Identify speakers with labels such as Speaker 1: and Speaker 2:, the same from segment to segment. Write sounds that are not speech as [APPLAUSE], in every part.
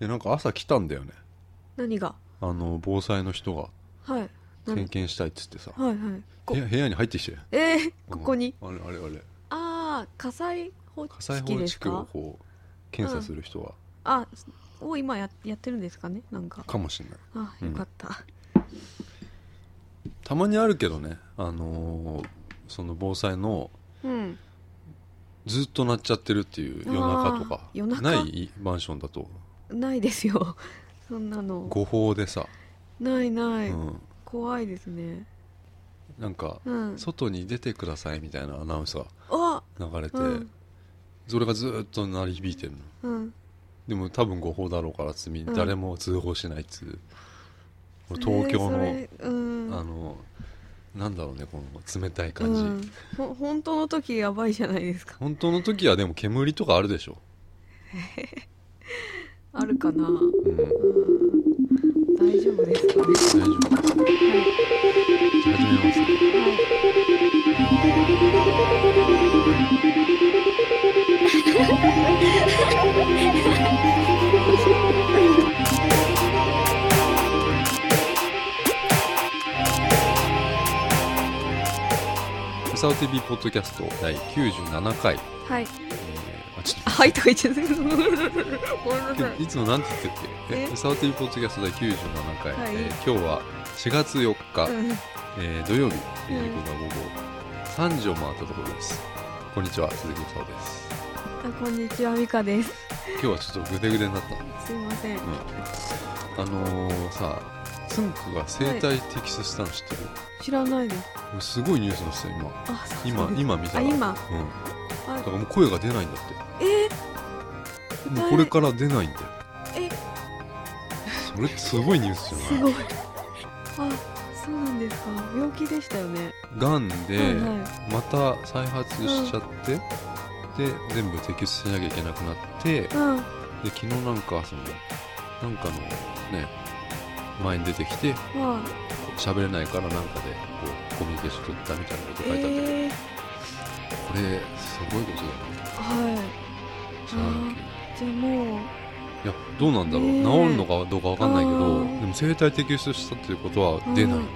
Speaker 1: でなんか朝来たんだよね
Speaker 2: 何が
Speaker 1: あの防災の人が
Speaker 2: はいなん
Speaker 1: 点検したいっつってさ
Speaker 2: はいはいこ
Speaker 1: 部屋部屋に入ってきて
Speaker 2: えー、ここに
Speaker 1: うんあれあれあれ
Speaker 2: ああ火災報
Speaker 1: 火
Speaker 2: 知
Speaker 1: 災
Speaker 2: 器
Speaker 1: 報
Speaker 2: です
Speaker 1: 知区を
Speaker 2: か
Speaker 1: こう検査する人は
Speaker 2: あを今ややってるんですかねなんか
Speaker 1: かもしれない
Speaker 2: あよかった、
Speaker 1: たまにあるけどねあのーその防災の
Speaker 2: うん
Speaker 1: ずっと鳴っちゃってるっていう夜中とか
Speaker 2: あー夜中
Speaker 1: ないマンションだと
Speaker 2: ないですよそんなの
Speaker 1: 誤報でさ、
Speaker 2: ないない、
Speaker 1: うん、
Speaker 2: 怖いですね
Speaker 1: なんか
Speaker 2: うん
Speaker 1: 外に出てくださいみたいなアナウンスが
Speaker 2: あ
Speaker 1: 流れて、
Speaker 2: うん
Speaker 1: それがずっと鳴り響いてるの
Speaker 2: うん
Speaker 1: でも多分誤報だろうからっつってみ
Speaker 2: うん
Speaker 1: 誰も通報しないっつう、俺東京の、
Speaker 2: えーそれうん
Speaker 1: あのなんだろうねこの冷たい感じ、
Speaker 2: うん、ほ本当の時やばいじゃないですか
Speaker 1: 本当の時はでも煙とかあるでしょ、
Speaker 2: あるかな
Speaker 1: うん、大
Speaker 2: 大丈夫ですか
Speaker 1: 丈
Speaker 2: ね
Speaker 1: 夫ですねじゃあ始めますね
Speaker 2: はい、はい
Speaker 1: 「うさお TV ポッドキャスト第97回」
Speaker 2: はい。
Speaker 1: えーあちょっと
Speaker 2: はいとか言っちゃってる。
Speaker 1: いつもなんて言ってるっけえ
Speaker 2: え
Speaker 1: うさお TV ポッドキャスト第97回、
Speaker 2: はい
Speaker 1: えー今日は4月4日、
Speaker 2: うん
Speaker 1: えー土曜日、えー
Speaker 2: うん
Speaker 1: 僕は午後3時を回ったところですこんにちは鈴木うさおです
Speaker 2: あこんにちはミカです。
Speaker 1: 今日はちょっとグデグデになった
Speaker 2: すいません。
Speaker 1: あのー、さつんくが生体摘出したの知ってる、
Speaker 2: 知らないです。
Speaker 1: 俺すごいニュースのした今
Speaker 2: あそう
Speaker 1: 今今見た
Speaker 2: あ
Speaker 1: ら
Speaker 2: 今
Speaker 1: うん
Speaker 2: あ
Speaker 1: だからもう声が出ないんだっ
Speaker 2: え
Speaker 1: てもうこれから出ないんだよ
Speaker 2: え
Speaker 1: それってすごいニュースじ
Speaker 2: す
Speaker 1: ゃない
Speaker 2: ごい。あそうなんですか。病気でしたよね。
Speaker 1: がんで
Speaker 2: はいは
Speaker 1: また再発しちゃって、で全部摘出しなきゃいけなくなってで
Speaker 2: うん
Speaker 1: 昨日なんかそのなんかのね前に出てきて
Speaker 2: まあ
Speaker 1: 喋れないからなんかでこうコミュニケーション取ったみたいなこと書いてあったけど、
Speaker 2: えー、
Speaker 1: これすごいことだよね
Speaker 2: はい。
Speaker 1: 知らないけど
Speaker 2: じゃあもう
Speaker 1: いやどうなんだろう、
Speaker 2: ねえ
Speaker 1: 治るのかどうかわかんないけど
Speaker 2: うん
Speaker 1: でも生体摘出したっていうことは出ないんだよ、
Speaker 2: ほら
Speaker 1: うん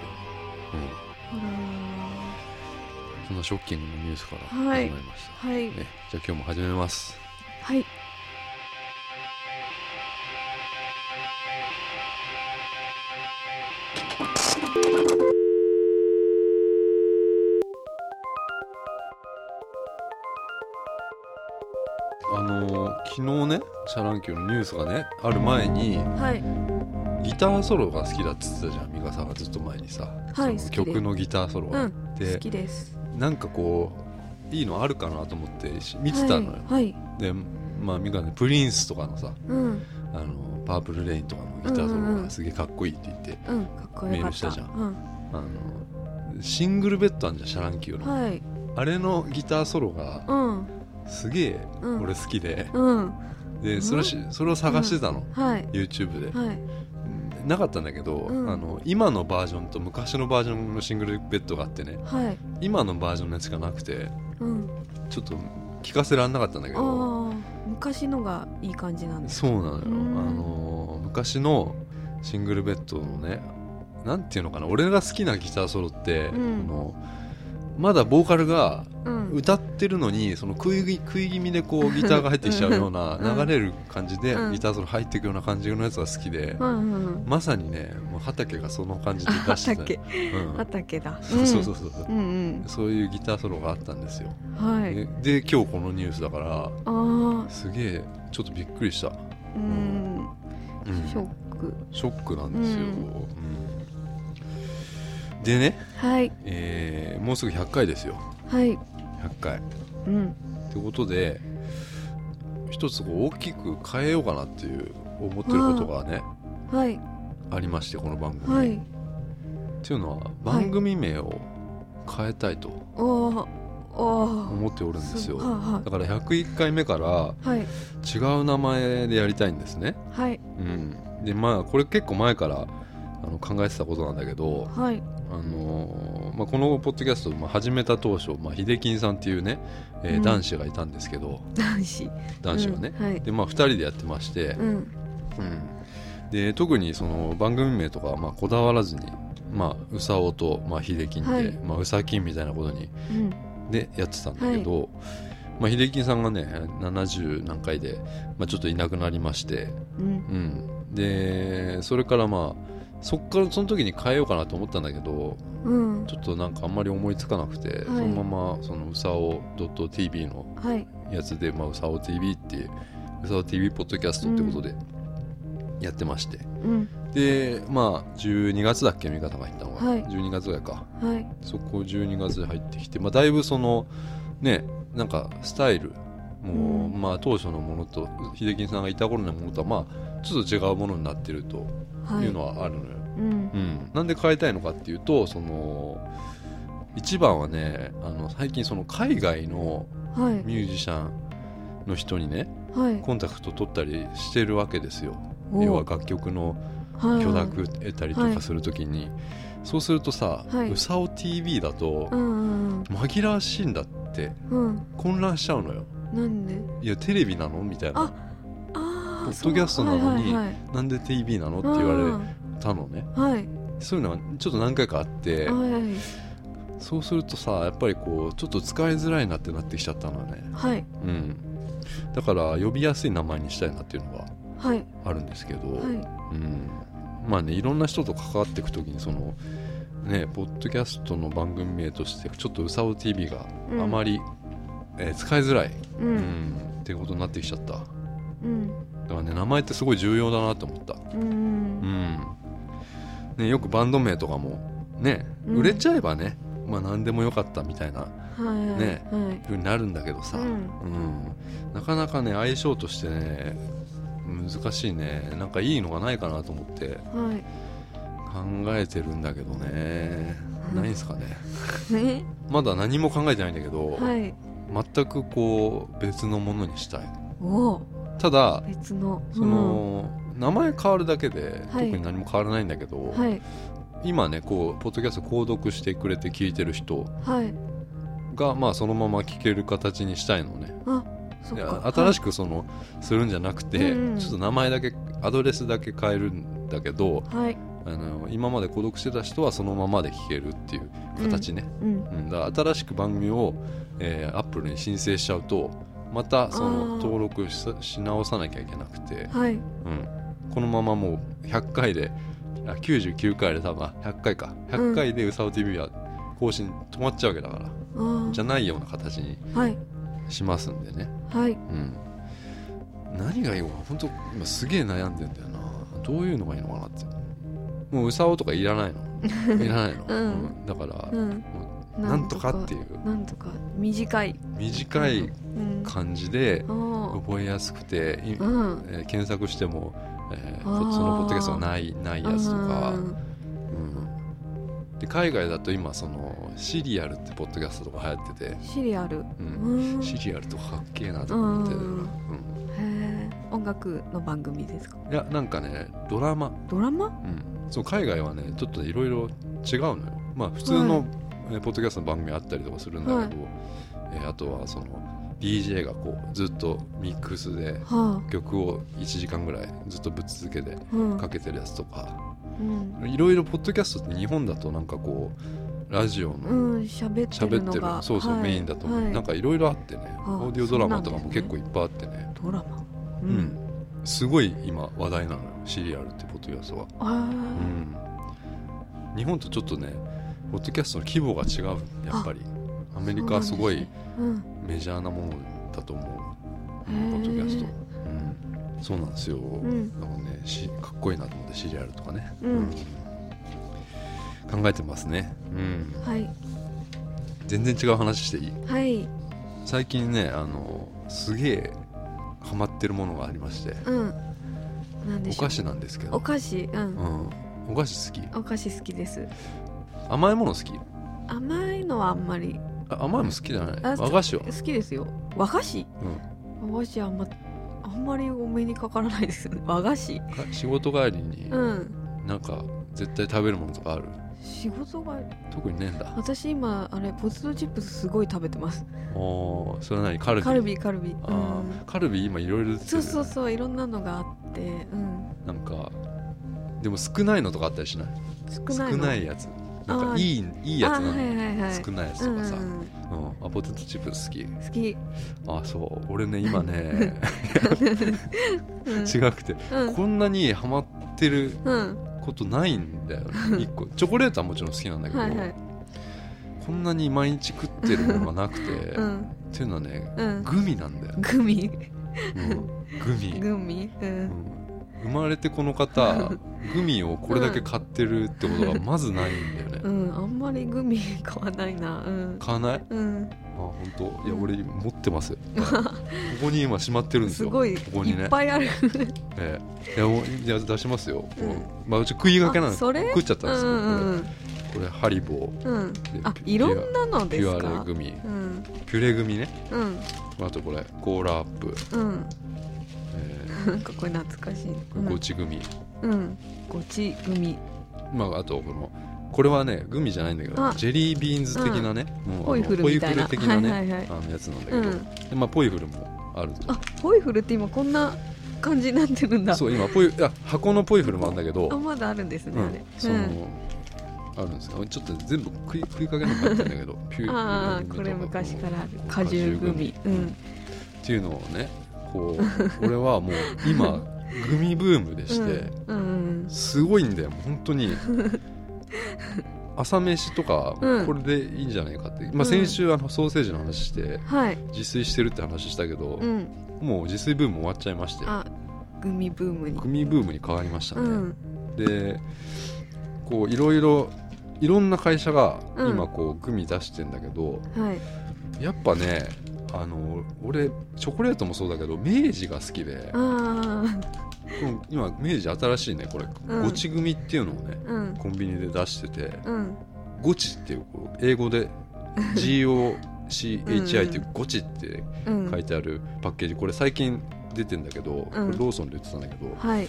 Speaker 1: そんなショッキングなニュースから始ま
Speaker 2: はい
Speaker 1: りました、
Speaker 2: はい
Speaker 1: ね、じゃあ今日も始めます
Speaker 2: はい。
Speaker 1: あのー昨日ねシャランキューのニュースがねある前に
Speaker 2: はい
Speaker 1: ギターソロが好きだっつってたじゃん美香さんがずっと前にさ、
Speaker 2: はい
Speaker 1: その
Speaker 2: 好きで
Speaker 1: 曲のギターソロがあっ
Speaker 2: 好
Speaker 1: て、
Speaker 2: きです。
Speaker 1: なんかこういいのあるかなと思ってし見てたのよ、
Speaker 2: はい、はい、
Speaker 1: でまあ美香さんプリンスとかのさ
Speaker 2: うん
Speaker 1: あのパープルレインとかのギターソ
Speaker 2: うんう
Speaker 1: ロ
Speaker 2: んう
Speaker 1: が
Speaker 2: ん
Speaker 1: すげえかっこいいって言って、
Speaker 2: うんかっこよかった。
Speaker 1: メールしたじゃん
Speaker 2: ん。
Speaker 1: あのシングルベッドあんじゃんシャランキュー
Speaker 2: う
Speaker 1: の、
Speaker 2: んはい
Speaker 1: あれのギターソロが
Speaker 2: うん
Speaker 1: すげえ
Speaker 2: うん
Speaker 1: 俺好きで、
Speaker 2: うん
Speaker 1: でそれしそれを探してたの、
Speaker 2: はい
Speaker 1: YouTube で、
Speaker 2: はい
Speaker 1: なかったんだけど、
Speaker 2: うん
Speaker 1: あの今のバージョンと昔のバージョンのシングルベッドがあってね
Speaker 2: はい
Speaker 1: 今のバージョンのやつがなくて
Speaker 2: うん。
Speaker 1: ちょっと聞かせられなかったんだけど
Speaker 2: ああ昔のがいい感じなんです
Speaker 1: そうなのよ、
Speaker 2: うん
Speaker 1: あの昔のシングルベッドのねなんていうのかな俺が好きなギターソロって、
Speaker 2: うん
Speaker 1: あのまだボーカルが
Speaker 2: うん
Speaker 1: 歌ってるのにその食い気食い気味でこうギターが入ってきちゃうような
Speaker 2: うん
Speaker 1: 流れる感じで、
Speaker 2: うん
Speaker 1: ギターソロ入っていくような感じのやつが好きで、
Speaker 2: うんうん
Speaker 1: まさにねもう畑がその感じで
Speaker 2: あ
Speaker 1: 出してた
Speaker 2: 畑
Speaker 1: うん
Speaker 2: 畑だ
Speaker 1: そうそうそううそう、
Speaker 2: んうん
Speaker 1: そういうギターソロがあったんですよ、
Speaker 2: うんはい
Speaker 1: でで今日このニュースだから
Speaker 2: ああ
Speaker 1: すげえちょっとびっくりした、
Speaker 2: うん
Speaker 1: うん
Speaker 2: ショック
Speaker 1: ショックなんですよ、
Speaker 2: う
Speaker 1: うんでね、
Speaker 2: はい
Speaker 1: えーもうすぐ100回ですよ
Speaker 2: はい
Speaker 1: 100回
Speaker 2: うん
Speaker 1: ということで一つこう大きく変えようかなっていう思ってることがね
Speaker 2: はい
Speaker 1: ありましてこの番組、
Speaker 2: は
Speaker 1: っ
Speaker 2: い
Speaker 1: ていうのは番組名を変えたいと
Speaker 2: おおお
Speaker 1: 思っておるんですよ、
Speaker 2: は
Speaker 1: だから101回目から
Speaker 2: いはいはい
Speaker 1: 違う名前でやりたいんですね、
Speaker 2: はい
Speaker 1: うん、でまあこれ結構前からあの考えてたことなんだけど、
Speaker 2: はい
Speaker 1: あのーまあ、このポッドキャスト、まあ、始めた当初、まあ、秀金さんっていうね、えー
Speaker 2: うん
Speaker 1: 男子がいたんですけど
Speaker 2: 男子
Speaker 1: 男子がね、
Speaker 2: うんはい
Speaker 1: でまあ2人でやってまして
Speaker 2: う、ん
Speaker 1: うん、で特にその番組名とかはまあこだわらずに、まあ、うさおと、まあ、秀樹で、
Speaker 2: はい
Speaker 1: まあ、うさきんみたいなことに
Speaker 2: うん、
Speaker 1: でやってたんだけど、まあ、秀樹さんがね70何回で、まあ、ちょっといなくなりまして、
Speaker 2: うん、
Speaker 1: うん、でそれからまあそっからその時に変えようかなと思ったんだけど
Speaker 2: うん、
Speaker 1: ちょっとなんかあんまり思いつかなくて、そのままそのうさお .tv の
Speaker 2: はい、
Speaker 1: やつで、まあ、うさお TV っていううさお TV ポッドキャストってことでやってまして、
Speaker 2: うん、
Speaker 1: でまあ12月だっけ味方が入ったのが、
Speaker 2: はい
Speaker 1: 12月ぐらいか
Speaker 2: はい、
Speaker 1: そこ12月で入ってきて、まあ、だいぶそのねなんかスタイルもう、
Speaker 2: うん
Speaker 1: まあ当初のものと秀樹さんがいた頃のものとはまあちょっと違うものになってると
Speaker 2: はいい、
Speaker 1: うのはあるのよ、
Speaker 2: うん
Speaker 1: う、ん、なんで変えたいのかっていうとその一番はねあの最近その海外の
Speaker 2: はい、
Speaker 1: ミュージシャンの人にね
Speaker 2: はい、
Speaker 1: コンタクト取ったりしてるわけですよ
Speaker 2: お
Speaker 1: 要は楽曲の
Speaker 2: はい
Speaker 1: 許諾得たりとかするときに、そうするとさ
Speaker 2: は
Speaker 1: 「
Speaker 2: いう
Speaker 1: さお TV」だと
Speaker 2: うん、
Speaker 1: 紛らわしいんだって
Speaker 2: うん、うん、
Speaker 1: 混乱しちゃうのよ
Speaker 2: なんで、
Speaker 1: いやテレビなのみたいな
Speaker 2: あああ、
Speaker 1: ポッドキャストなのに
Speaker 2: そうはいはい
Speaker 1: なんで TV なのって
Speaker 2: はい、
Speaker 1: 言われたのね
Speaker 2: れ、はい、
Speaker 1: そういうのはちょっと何回かあって
Speaker 2: はい、
Speaker 1: そうするとさやっぱりこうちょっと使いづらいなってなってきちゃったのね
Speaker 2: はい、
Speaker 1: うんだから呼びやすい名前にしたいなっていうのが
Speaker 2: はい、
Speaker 1: あるんですけど、
Speaker 2: は
Speaker 1: うん、まあねいろんな人と関わっていくときにそのねポッドキャストの番組名としてちょっとうさお TV が
Speaker 2: い、
Speaker 1: あま
Speaker 2: り、
Speaker 1: り、えー使いづらい、
Speaker 2: う
Speaker 1: うん
Speaker 2: ん、
Speaker 1: ってことになってきちゃっただか
Speaker 2: うん、
Speaker 1: らね名前ってすごい重要だなと思った
Speaker 2: う、
Speaker 1: うんん、ね、よくバンド名とかもね
Speaker 2: うん
Speaker 1: 売れちゃえばね、まあ何でもよかったみたいな
Speaker 2: はい、はい、
Speaker 1: ね
Speaker 2: はい、
Speaker 1: 風になるんだけどさ、
Speaker 2: う
Speaker 1: うんんなかなかね相性としてね難しいねなんかいいのがないかなと思って
Speaker 2: はい、
Speaker 1: 考えてるんだけどね
Speaker 2: うん
Speaker 1: ないんすかね
Speaker 2: ね、
Speaker 1: まだ何も考えてないんだけど、
Speaker 2: はい、
Speaker 1: 全くこう別のものにしたい
Speaker 2: おお、
Speaker 1: ただ
Speaker 2: 別の、
Speaker 1: その、名前変わるだけで特
Speaker 2: はい
Speaker 1: に何も変わらないんだけど、
Speaker 2: うん、はい、
Speaker 1: 今ねこうポッドキャスト購読してくれて聞いてる人
Speaker 2: はい、
Speaker 1: が、まあ、そのまま聞ける形にしたいのね
Speaker 2: そっ
Speaker 1: い
Speaker 2: か
Speaker 1: や、新
Speaker 2: し
Speaker 1: しくその、するんじゃなくて、
Speaker 2: うんうん
Speaker 1: ちょっと名前だけアドレスだけ変えるんだけど
Speaker 2: く、はい、
Speaker 1: あの今まで購読してた人はそのままで聞けるっていう形ね、
Speaker 2: うん、
Speaker 1: うんだから新しく番組を、えー、Apple に申請しちゃうとまたそ
Speaker 2: あー
Speaker 1: の登録しし直さなきゃいけなくて、
Speaker 2: はい、
Speaker 1: うん、このままもう100回であ99回で多分あ100回か100回でうさお TV は更新止まっちゃうわけだから、
Speaker 2: ああ
Speaker 1: じゃないような形に
Speaker 2: はい
Speaker 1: しますんでね、
Speaker 2: はい
Speaker 1: うん、何がいいのか本当今すげえ悩んでんだよなどういうのがいいのかなってもううさおとかいらない
Speaker 2: [LAUGHS]
Speaker 1: のいらないの、
Speaker 2: うん
Speaker 1: うんだから、
Speaker 2: うん
Speaker 1: もうなんとかっていう
Speaker 2: なんとか短い
Speaker 1: 短い
Speaker 2: うん
Speaker 1: 感じで
Speaker 2: あ
Speaker 1: 覚えやすくて、い
Speaker 2: あうん
Speaker 1: えー検索しても、えー
Speaker 2: あー
Speaker 1: そのポッドキャストがないないやつとか、うんで海外だと今そのシリアルってポッドキャストとか流行ってて、
Speaker 2: シリアル
Speaker 1: う
Speaker 2: うんん
Speaker 1: シリアルとかかっけえなと思って、
Speaker 2: うん
Speaker 1: うん
Speaker 2: へえ音楽の番組ですか
Speaker 1: いやなんかねドラマ、
Speaker 2: ドラマ
Speaker 1: うんそう海外はねちょっといろいろ違うのよまあ普通の、
Speaker 2: はい
Speaker 1: えーポッドキャストの番組あったりとかするんだけど、えーあとはその DJ がこうずっとミックスで
Speaker 2: は
Speaker 1: 曲を1時間ぐらいずっとぶっ続けて
Speaker 2: あうん
Speaker 1: かけてるやつとか
Speaker 2: うん
Speaker 1: いろいろポッドキャストって日本だとなんかこうラジオ
Speaker 2: う
Speaker 1: の
Speaker 2: ん喋ってる
Speaker 1: 喋
Speaker 2: の
Speaker 1: ってる
Speaker 2: が
Speaker 1: そうそう
Speaker 2: はい
Speaker 1: メインだと思
Speaker 2: は
Speaker 1: う
Speaker 2: い
Speaker 1: なんかいろいろあってね
Speaker 2: あ
Speaker 1: オーディオドラマとか
Speaker 2: そ
Speaker 1: も
Speaker 2: うなんです
Speaker 1: 結
Speaker 2: ね
Speaker 1: 構いっぱいあってね
Speaker 2: ドラマ
Speaker 1: う
Speaker 2: う
Speaker 1: んすごい今話題なのよシリアルってポッドキャストはう
Speaker 2: あ
Speaker 1: ん日本とちょっとねポッドキャストの規模が違うやっぱりアメリカはすごい
Speaker 2: あうん
Speaker 1: メジャーなものだと思うポ
Speaker 2: へー
Speaker 1: ッドキャストうんそうなんですよ
Speaker 2: ん
Speaker 1: だからねしかっこいいなと思ってシリアルとかね
Speaker 2: うん
Speaker 1: 考えてますね、うん、
Speaker 2: はい
Speaker 1: 全然違う話していい
Speaker 2: はい
Speaker 1: 最近ねあのすげえハマってるものがありまして
Speaker 2: うんなんで
Speaker 1: お
Speaker 2: しょう
Speaker 1: 菓子なんですけ
Speaker 2: お
Speaker 1: ど、
Speaker 2: 菓子う
Speaker 1: うんん、お菓子好き
Speaker 2: お菓子好きです
Speaker 1: 甘いもの好き
Speaker 2: 甘いのはあんまり
Speaker 1: あ甘いもの好きじゃない
Speaker 2: あ
Speaker 1: 和菓子は
Speaker 2: 好きですよ和菓子
Speaker 1: うん
Speaker 2: 和菓子あんまあんまりお目にかからないですよね [LAUGHS] 和菓子
Speaker 1: か仕事帰りに
Speaker 2: うん
Speaker 1: なんか絶対食べるものとかある
Speaker 2: 仕事が
Speaker 1: 特にねえんだ
Speaker 2: 私今あれポテトチップスすごい食べてます
Speaker 1: おーそれなにカルビ
Speaker 2: カルビカルビう
Speaker 1: あー
Speaker 2: ん
Speaker 1: カルビ今いろいろ出てる
Speaker 2: そうそううそういろんなのがあってうん
Speaker 1: でも少ないのとかあったりしない
Speaker 2: 少ない
Speaker 1: 少
Speaker 2: の
Speaker 1: ないやつなん
Speaker 2: あ
Speaker 1: か
Speaker 2: ー
Speaker 1: いいいいやつなの、
Speaker 2: あはいはいはい
Speaker 1: 少ないやつとかさ、う
Speaker 2: う
Speaker 1: んん
Speaker 2: うんうん
Speaker 1: あポテトチップ好き [LAUGHS]
Speaker 2: 好き、
Speaker 1: あそう俺ね今ね
Speaker 2: [LAUGHS] うん、
Speaker 1: 違くて
Speaker 2: うん
Speaker 1: こんなにハマってる
Speaker 2: うん
Speaker 1: ことないんだよね1個
Speaker 2: [LAUGHS]
Speaker 1: チョコレートはもちろん好きなんだけど、
Speaker 2: はいはい
Speaker 1: こんなに毎日食ってるものがなくて、
Speaker 2: う
Speaker 1: っ
Speaker 2: ん
Speaker 1: ていうのはね
Speaker 2: うん
Speaker 1: グミなんだよ、
Speaker 2: グミ
Speaker 1: うん、グミ、
Speaker 2: グミう
Speaker 1: うんん生まれてこの
Speaker 2: [LAUGHS]
Speaker 1: 方グミをこれだけ買ってるってことがまずないんだよね、
Speaker 2: うんあんまりグミ買わないなうん
Speaker 1: 買わない
Speaker 2: うん
Speaker 1: あ本当いや
Speaker 2: うん
Speaker 1: 俺持ってますよここに今しまってるんです
Speaker 2: す
Speaker 1: よ
Speaker 2: ごいい
Speaker 1: ここにね
Speaker 2: っぱいある
Speaker 1: ええいやおいや出しますよ、
Speaker 2: うん
Speaker 1: うんまあうち食いがけなんで
Speaker 2: あ
Speaker 1: す
Speaker 2: それ
Speaker 1: 食っちゃったん
Speaker 2: う
Speaker 1: ですよ、
Speaker 2: んうん
Speaker 1: これこれハリボー
Speaker 2: うんうん
Speaker 1: で
Speaker 2: あ
Speaker 1: ピュ
Speaker 2: いろんなの
Speaker 1: ピ
Speaker 2: です
Speaker 1: ュアレ
Speaker 2: か
Speaker 1: グミ
Speaker 2: うん
Speaker 1: ピュレグミね
Speaker 2: うん
Speaker 1: あとこれコーラアップ、
Speaker 2: うん
Speaker 1: え
Speaker 2: なん [LAUGHS] かこれ懐かしい
Speaker 1: ーゴチグミ、
Speaker 2: うんごちグミ
Speaker 1: まあ、あとこのこれはねグミじゃないんだけど
Speaker 2: あ
Speaker 1: ジェリービーンズ的なね、もうあの
Speaker 2: ポイフルみたいな
Speaker 1: ポイフル的なね、
Speaker 2: はいはいはい
Speaker 1: あのやつなんだけ
Speaker 2: う
Speaker 1: ど、
Speaker 2: ん
Speaker 1: でまあ、ポイフルもあると
Speaker 2: あポイフルって今こんな感じになってるんだ
Speaker 1: そう今ポイあ箱のポイフルもあるんだけど
Speaker 2: あまだあるんです
Speaker 1: う
Speaker 2: ねあれ
Speaker 1: ん、その、あるんですよちょっとちょっと全部食い食いかけなかったんだけ
Speaker 2: [LAUGHS]
Speaker 1: どピュ
Speaker 2: ああこれ昔からある果汁グミ
Speaker 1: う
Speaker 2: うんん
Speaker 1: っていうのをねこ
Speaker 2: [LAUGHS]
Speaker 1: う俺はもう今グミブームでして、
Speaker 2: うんうん
Speaker 1: すごいんだよ本当
Speaker 2: [LAUGHS]
Speaker 1: に朝飯とか
Speaker 2: うん
Speaker 1: これでいいんじゃないかって、ま
Speaker 2: う
Speaker 1: あ、
Speaker 2: ん
Speaker 1: 先週あのソーセージの話して
Speaker 2: はい
Speaker 1: 自炊してるって話したけど、
Speaker 2: うん
Speaker 1: もう自炊ブーム終わっちゃいまして
Speaker 2: あグミブームに
Speaker 1: グミブームに変わりました
Speaker 2: う
Speaker 1: ね、
Speaker 2: ん
Speaker 1: でこういろいろいろんな会社が
Speaker 2: うん
Speaker 1: 今こうグミ出してんだけど、
Speaker 2: はい
Speaker 1: やっぱねあの俺チョコレートもそうだけど明治が好きで
Speaker 2: ああ
Speaker 1: この今明治新しいねこれ、
Speaker 2: うん
Speaker 1: ゴチグミっていうのをね
Speaker 2: うん
Speaker 1: コンビニで出してて
Speaker 2: うん
Speaker 1: ゴチっていうこう英語で GOCHI っていうゴチって
Speaker 2: うん
Speaker 1: 書いてあるパッケージこれ最近出てんだけど、
Speaker 2: うん
Speaker 1: これローソンで売ってたんだけど
Speaker 2: はい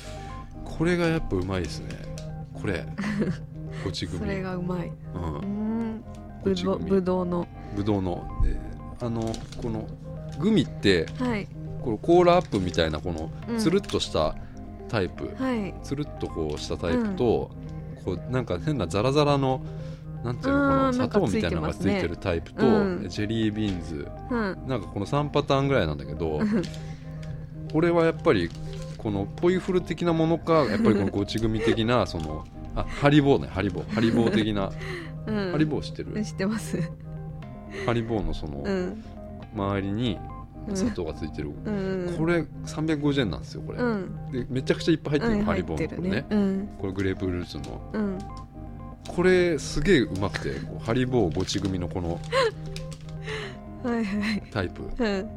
Speaker 1: これがやっぱうまいですねこ
Speaker 2: [LAUGHS]
Speaker 1: れゴチグ
Speaker 2: そ
Speaker 1: ミ
Speaker 2: れがうまいううんん
Speaker 1: ゴ
Speaker 2: ぶ
Speaker 1: チ
Speaker 2: ど
Speaker 1: グ
Speaker 2: う
Speaker 1: ミ
Speaker 2: ぶどうの
Speaker 1: ぶどうのであのこのグミって
Speaker 2: はい
Speaker 1: このコーラアップみたいなこの
Speaker 2: うん
Speaker 1: つるっとしたタイプ、
Speaker 2: はい
Speaker 1: つるっとこうしたタイプと、こうなんか変なザラザラのなんていうのか
Speaker 2: あ
Speaker 1: な
Speaker 2: ー
Speaker 1: 砂糖みたいなの
Speaker 2: な
Speaker 1: が
Speaker 2: ん
Speaker 1: つ
Speaker 2: かつ
Speaker 1: い
Speaker 2: いてますね
Speaker 1: てるタイプと、
Speaker 2: うん
Speaker 1: ジェリービーンズ
Speaker 2: うん
Speaker 1: なんかこの3パターンぐらいなんだけど俺はやっぱりこのポイフル的なものかやっぱりこのゴチ組的
Speaker 2: [LAUGHS]
Speaker 1: なそのあハリボーねハリボーハリボー的な
Speaker 2: うん
Speaker 1: ハリボー知って
Speaker 2: うん
Speaker 1: る
Speaker 2: 知ってます
Speaker 1: ハリボーのその
Speaker 2: うん
Speaker 1: 周りに
Speaker 2: うん
Speaker 1: 砂糖がついてる、
Speaker 2: うん
Speaker 1: これ350円なんですよこれ、
Speaker 2: うん
Speaker 1: でめちゃくちゃいっぱい入ってるの、
Speaker 2: うん
Speaker 1: ハリ
Speaker 2: 入
Speaker 1: ボ
Speaker 2: って
Speaker 1: ーの
Speaker 2: る
Speaker 1: これね
Speaker 2: ねうん
Speaker 1: これグレープフルーツの
Speaker 2: うん
Speaker 1: これすげえうまくてこうハリボーゴチ組のこの
Speaker 2: はいはい
Speaker 1: タイプ
Speaker 2: うん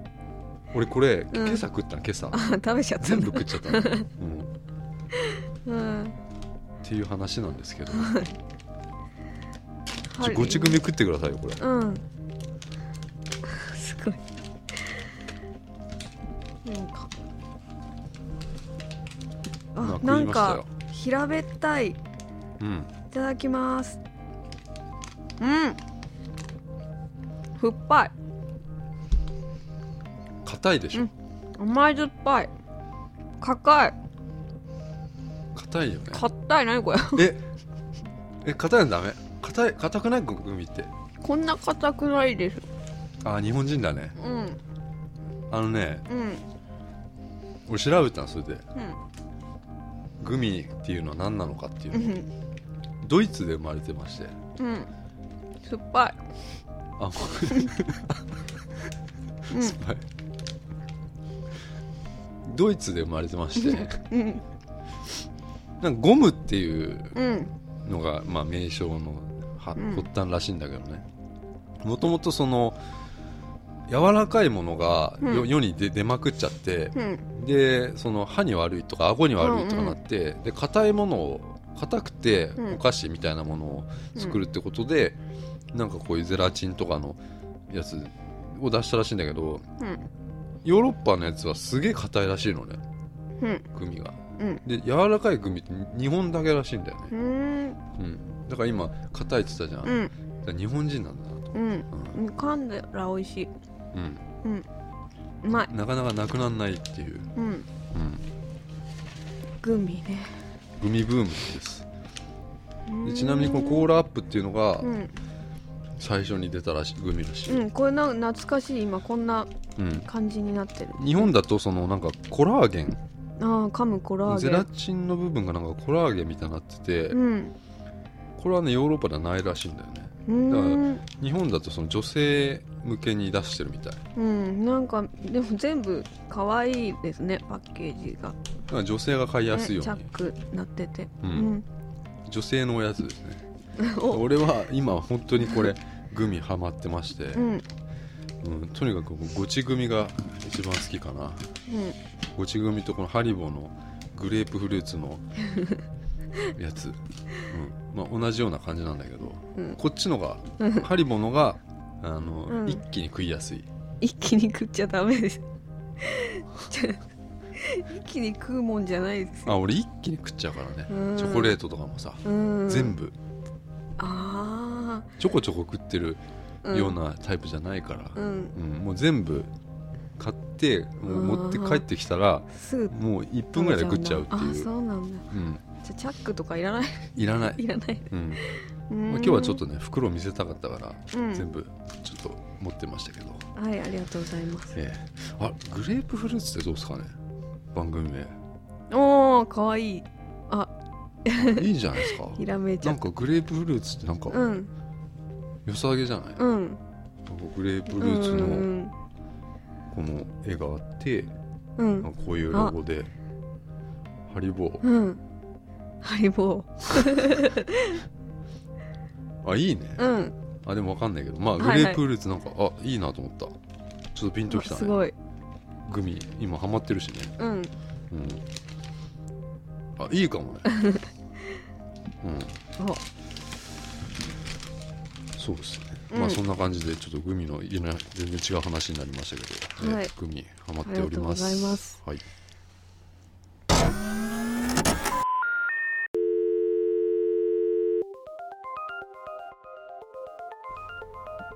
Speaker 1: 俺これ今朝食ったの今朝
Speaker 2: あ [LAUGHS] 食べちゃった
Speaker 1: 全
Speaker 2: ん
Speaker 1: 部
Speaker 2: だ
Speaker 1: 食っちゃったの、うん、っ
Speaker 2: うん
Speaker 1: ていう話なんですけど
Speaker 2: ハリー
Speaker 1: ゴチ組食ってくださいよこれ
Speaker 2: うん。すごい。なんか。
Speaker 1: まあ
Speaker 2: あ、
Speaker 1: 食い
Speaker 2: なん
Speaker 1: ましたよ
Speaker 2: か平べったい。い
Speaker 1: うん
Speaker 2: ただきます。うん。酸っぱい。
Speaker 1: 硬いでしょ
Speaker 2: うん甘い酸っぱい。硬い。
Speaker 1: 硬いよね
Speaker 2: 硬い。何これ。 [LAUGHS]
Speaker 1: ええ硬いのダメ硬い硬くないグミって
Speaker 2: こんな硬くないです。
Speaker 1: あー日本人だね
Speaker 2: うん。うん。
Speaker 1: あのね
Speaker 2: うん。
Speaker 1: 俺調べたのそれでグミっていうのは何なのかっていううの
Speaker 2: ん。
Speaker 1: ドイツで生まれてまして
Speaker 2: うん。酸っぱい。
Speaker 1: あもう
Speaker 2: う
Speaker 1: はいドイツで生まれてまして
Speaker 2: [LAUGHS] ん。うん。
Speaker 1: なんかゴムっていう
Speaker 2: うん。
Speaker 1: のが、まあ、名称のは
Speaker 2: うん
Speaker 1: 発端らしいんだけどねもともとその柔らかいものがよ
Speaker 2: うん
Speaker 1: 世に出出まくっちゃって
Speaker 2: うん。
Speaker 1: でその歯に悪いとか顎に悪いとかなってで硬いものを硬くて
Speaker 2: うん
Speaker 1: お菓子みたいなものを作るってことでなんかこういうゼラチンとかのやつを出したらしいんだけど
Speaker 2: うん。
Speaker 1: ヨーロッパのやつはすげえ硬いらしいのね
Speaker 2: うん。
Speaker 1: グミが、
Speaker 2: うん
Speaker 1: で柔らかいグミって日本だけらしいんだよね
Speaker 2: う、ーん
Speaker 1: うん、だから今硬いって言ったじゃん、
Speaker 2: う
Speaker 1: だから
Speaker 2: ん
Speaker 1: 日本人なんだなと
Speaker 2: うんうん噛んだら美味しい
Speaker 1: うん、
Speaker 2: うまい
Speaker 1: うん、なかなかなくならないっていう、
Speaker 2: うん
Speaker 1: うん、
Speaker 2: グミね
Speaker 1: グミブームです
Speaker 2: うん
Speaker 1: でちなみにこのコーラアップっていうのが
Speaker 2: うん、
Speaker 1: 最初に出たらしいグミらしい、
Speaker 2: うん、これな懐かしい今こんな
Speaker 1: うん
Speaker 2: 感じになってる
Speaker 1: 日本だとそのなんかコラーゲン
Speaker 2: あー噛むコラーゲ
Speaker 1: ゼ
Speaker 2: ン
Speaker 1: ラチンの部分がなんかコラーゲンみたいになってて、
Speaker 2: うん
Speaker 1: これはねヨーロッパではないらしいんだよね
Speaker 2: うーん
Speaker 1: 日本だとその女性向けに出してるみたいだか
Speaker 2: うんなんかでも全部可愛いですねパッケージが、ね、
Speaker 1: ら女性が買いやすいよ
Speaker 2: チ
Speaker 1: う
Speaker 2: ャ
Speaker 1: に
Speaker 2: ッ、クなってて
Speaker 1: う
Speaker 2: うんん、
Speaker 1: 女性のおやつですね
Speaker 2: お
Speaker 1: 俺は今本当にこれグミハマってまして、
Speaker 2: うんうん
Speaker 1: うんとにかくゴチグミが一番好きかなゴチグミとこのハリボーのグレープフルーツ
Speaker 2: [LAUGHS]
Speaker 1: のやつ、うんまあ、同じような感じなんだけど
Speaker 2: うん
Speaker 1: こっちのが
Speaker 2: うん
Speaker 1: ハリボーのがあの、
Speaker 2: うん
Speaker 1: 一気に食いやすい
Speaker 2: 一気に食っちゃダメですちょ一気に食うもんじゃないですよ
Speaker 1: あ俺一気に食っちゃうからね
Speaker 2: うん
Speaker 1: チョコレートとかもさ
Speaker 2: うん
Speaker 1: 全部
Speaker 2: あ
Speaker 1: ちょこちょこ食ってる
Speaker 2: あ
Speaker 1: ようなタイプじゃないから、
Speaker 2: うん、うん、
Speaker 1: うんもう全部買ってもう持って
Speaker 2: うん
Speaker 1: 帰ってきたら
Speaker 2: すぐ
Speaker 1: もう1分ぐらいで食っちゃうって
Speaker 2: あ
Speaker 1: い、
Speaker 2: そううなんだ
Speaker 1: うん、
Speaker 2: じゃあチャックとかいらない
Speaker 1: いらない、
Speaker 2: いらない
Speaker 1: うんまあ、
Speaker 2: うん
Speaker 1: 今日はちょっとね袋見せたかったから、
Speaker 2: うん
Speaker 1: 全部ちょっと持ってましたけど、
Speaker 2: はいありがとうございます
Speaker 1: ええあグレープフルーツってどうですかね番組
Speaker 2: [LAUGHS]
Speaker 1: 名
Speaker 2: おおかわいいあ
Speaker 1: いいんじゃないですか
Speaker 2: ひらめいちゃ
Speaker 1: な
Speaker 2: っ
Speaker 1: んかグレープフルーツってなんか
Speaker 2: たうん
Speaker 1: 良さげじゃない、なんか
Speaker 2: うん
Speaker 1: グレープフルーツ
Speaker 2: う
Speaker 1: の
Speaker 2: ん
Speaker 1: この絵があって、
Speaker 2: うん
Speaker 1: なんかこういうロゴでハリボー
Speaker 2: うん。ハリボ
Speaker 1: あいいね、
Speaker 2: ー。うん。
Speaker 1: あでもわかんないけどまあ
Speaker 2: はい
Speaker 1: グ
Speaker 2: は
Speaker 1: レ
Speaker 2: い
Speaker 1: ープフルーツなんか、あいいなと思ったちょっとピンときた
Speaker 2: す
Speaker 1: ね
Speaker 2: ごい。
Speaker 1: グミ今ハマってるしね
Speaker 2: うん。
Speaker 1: うんあいいかも
Speaker 2: [LAUGHS]
Speaker 1: ねうんそうですね、
Speaker 2: うん
Speaker 1: まあそんな感じでちょっとグミのいな全然違う話になりましたけど、
Speaker 2: はい
Speaker 1: えグミハマっております
Speaker 2: ありがとうございます
Speaker 1: はい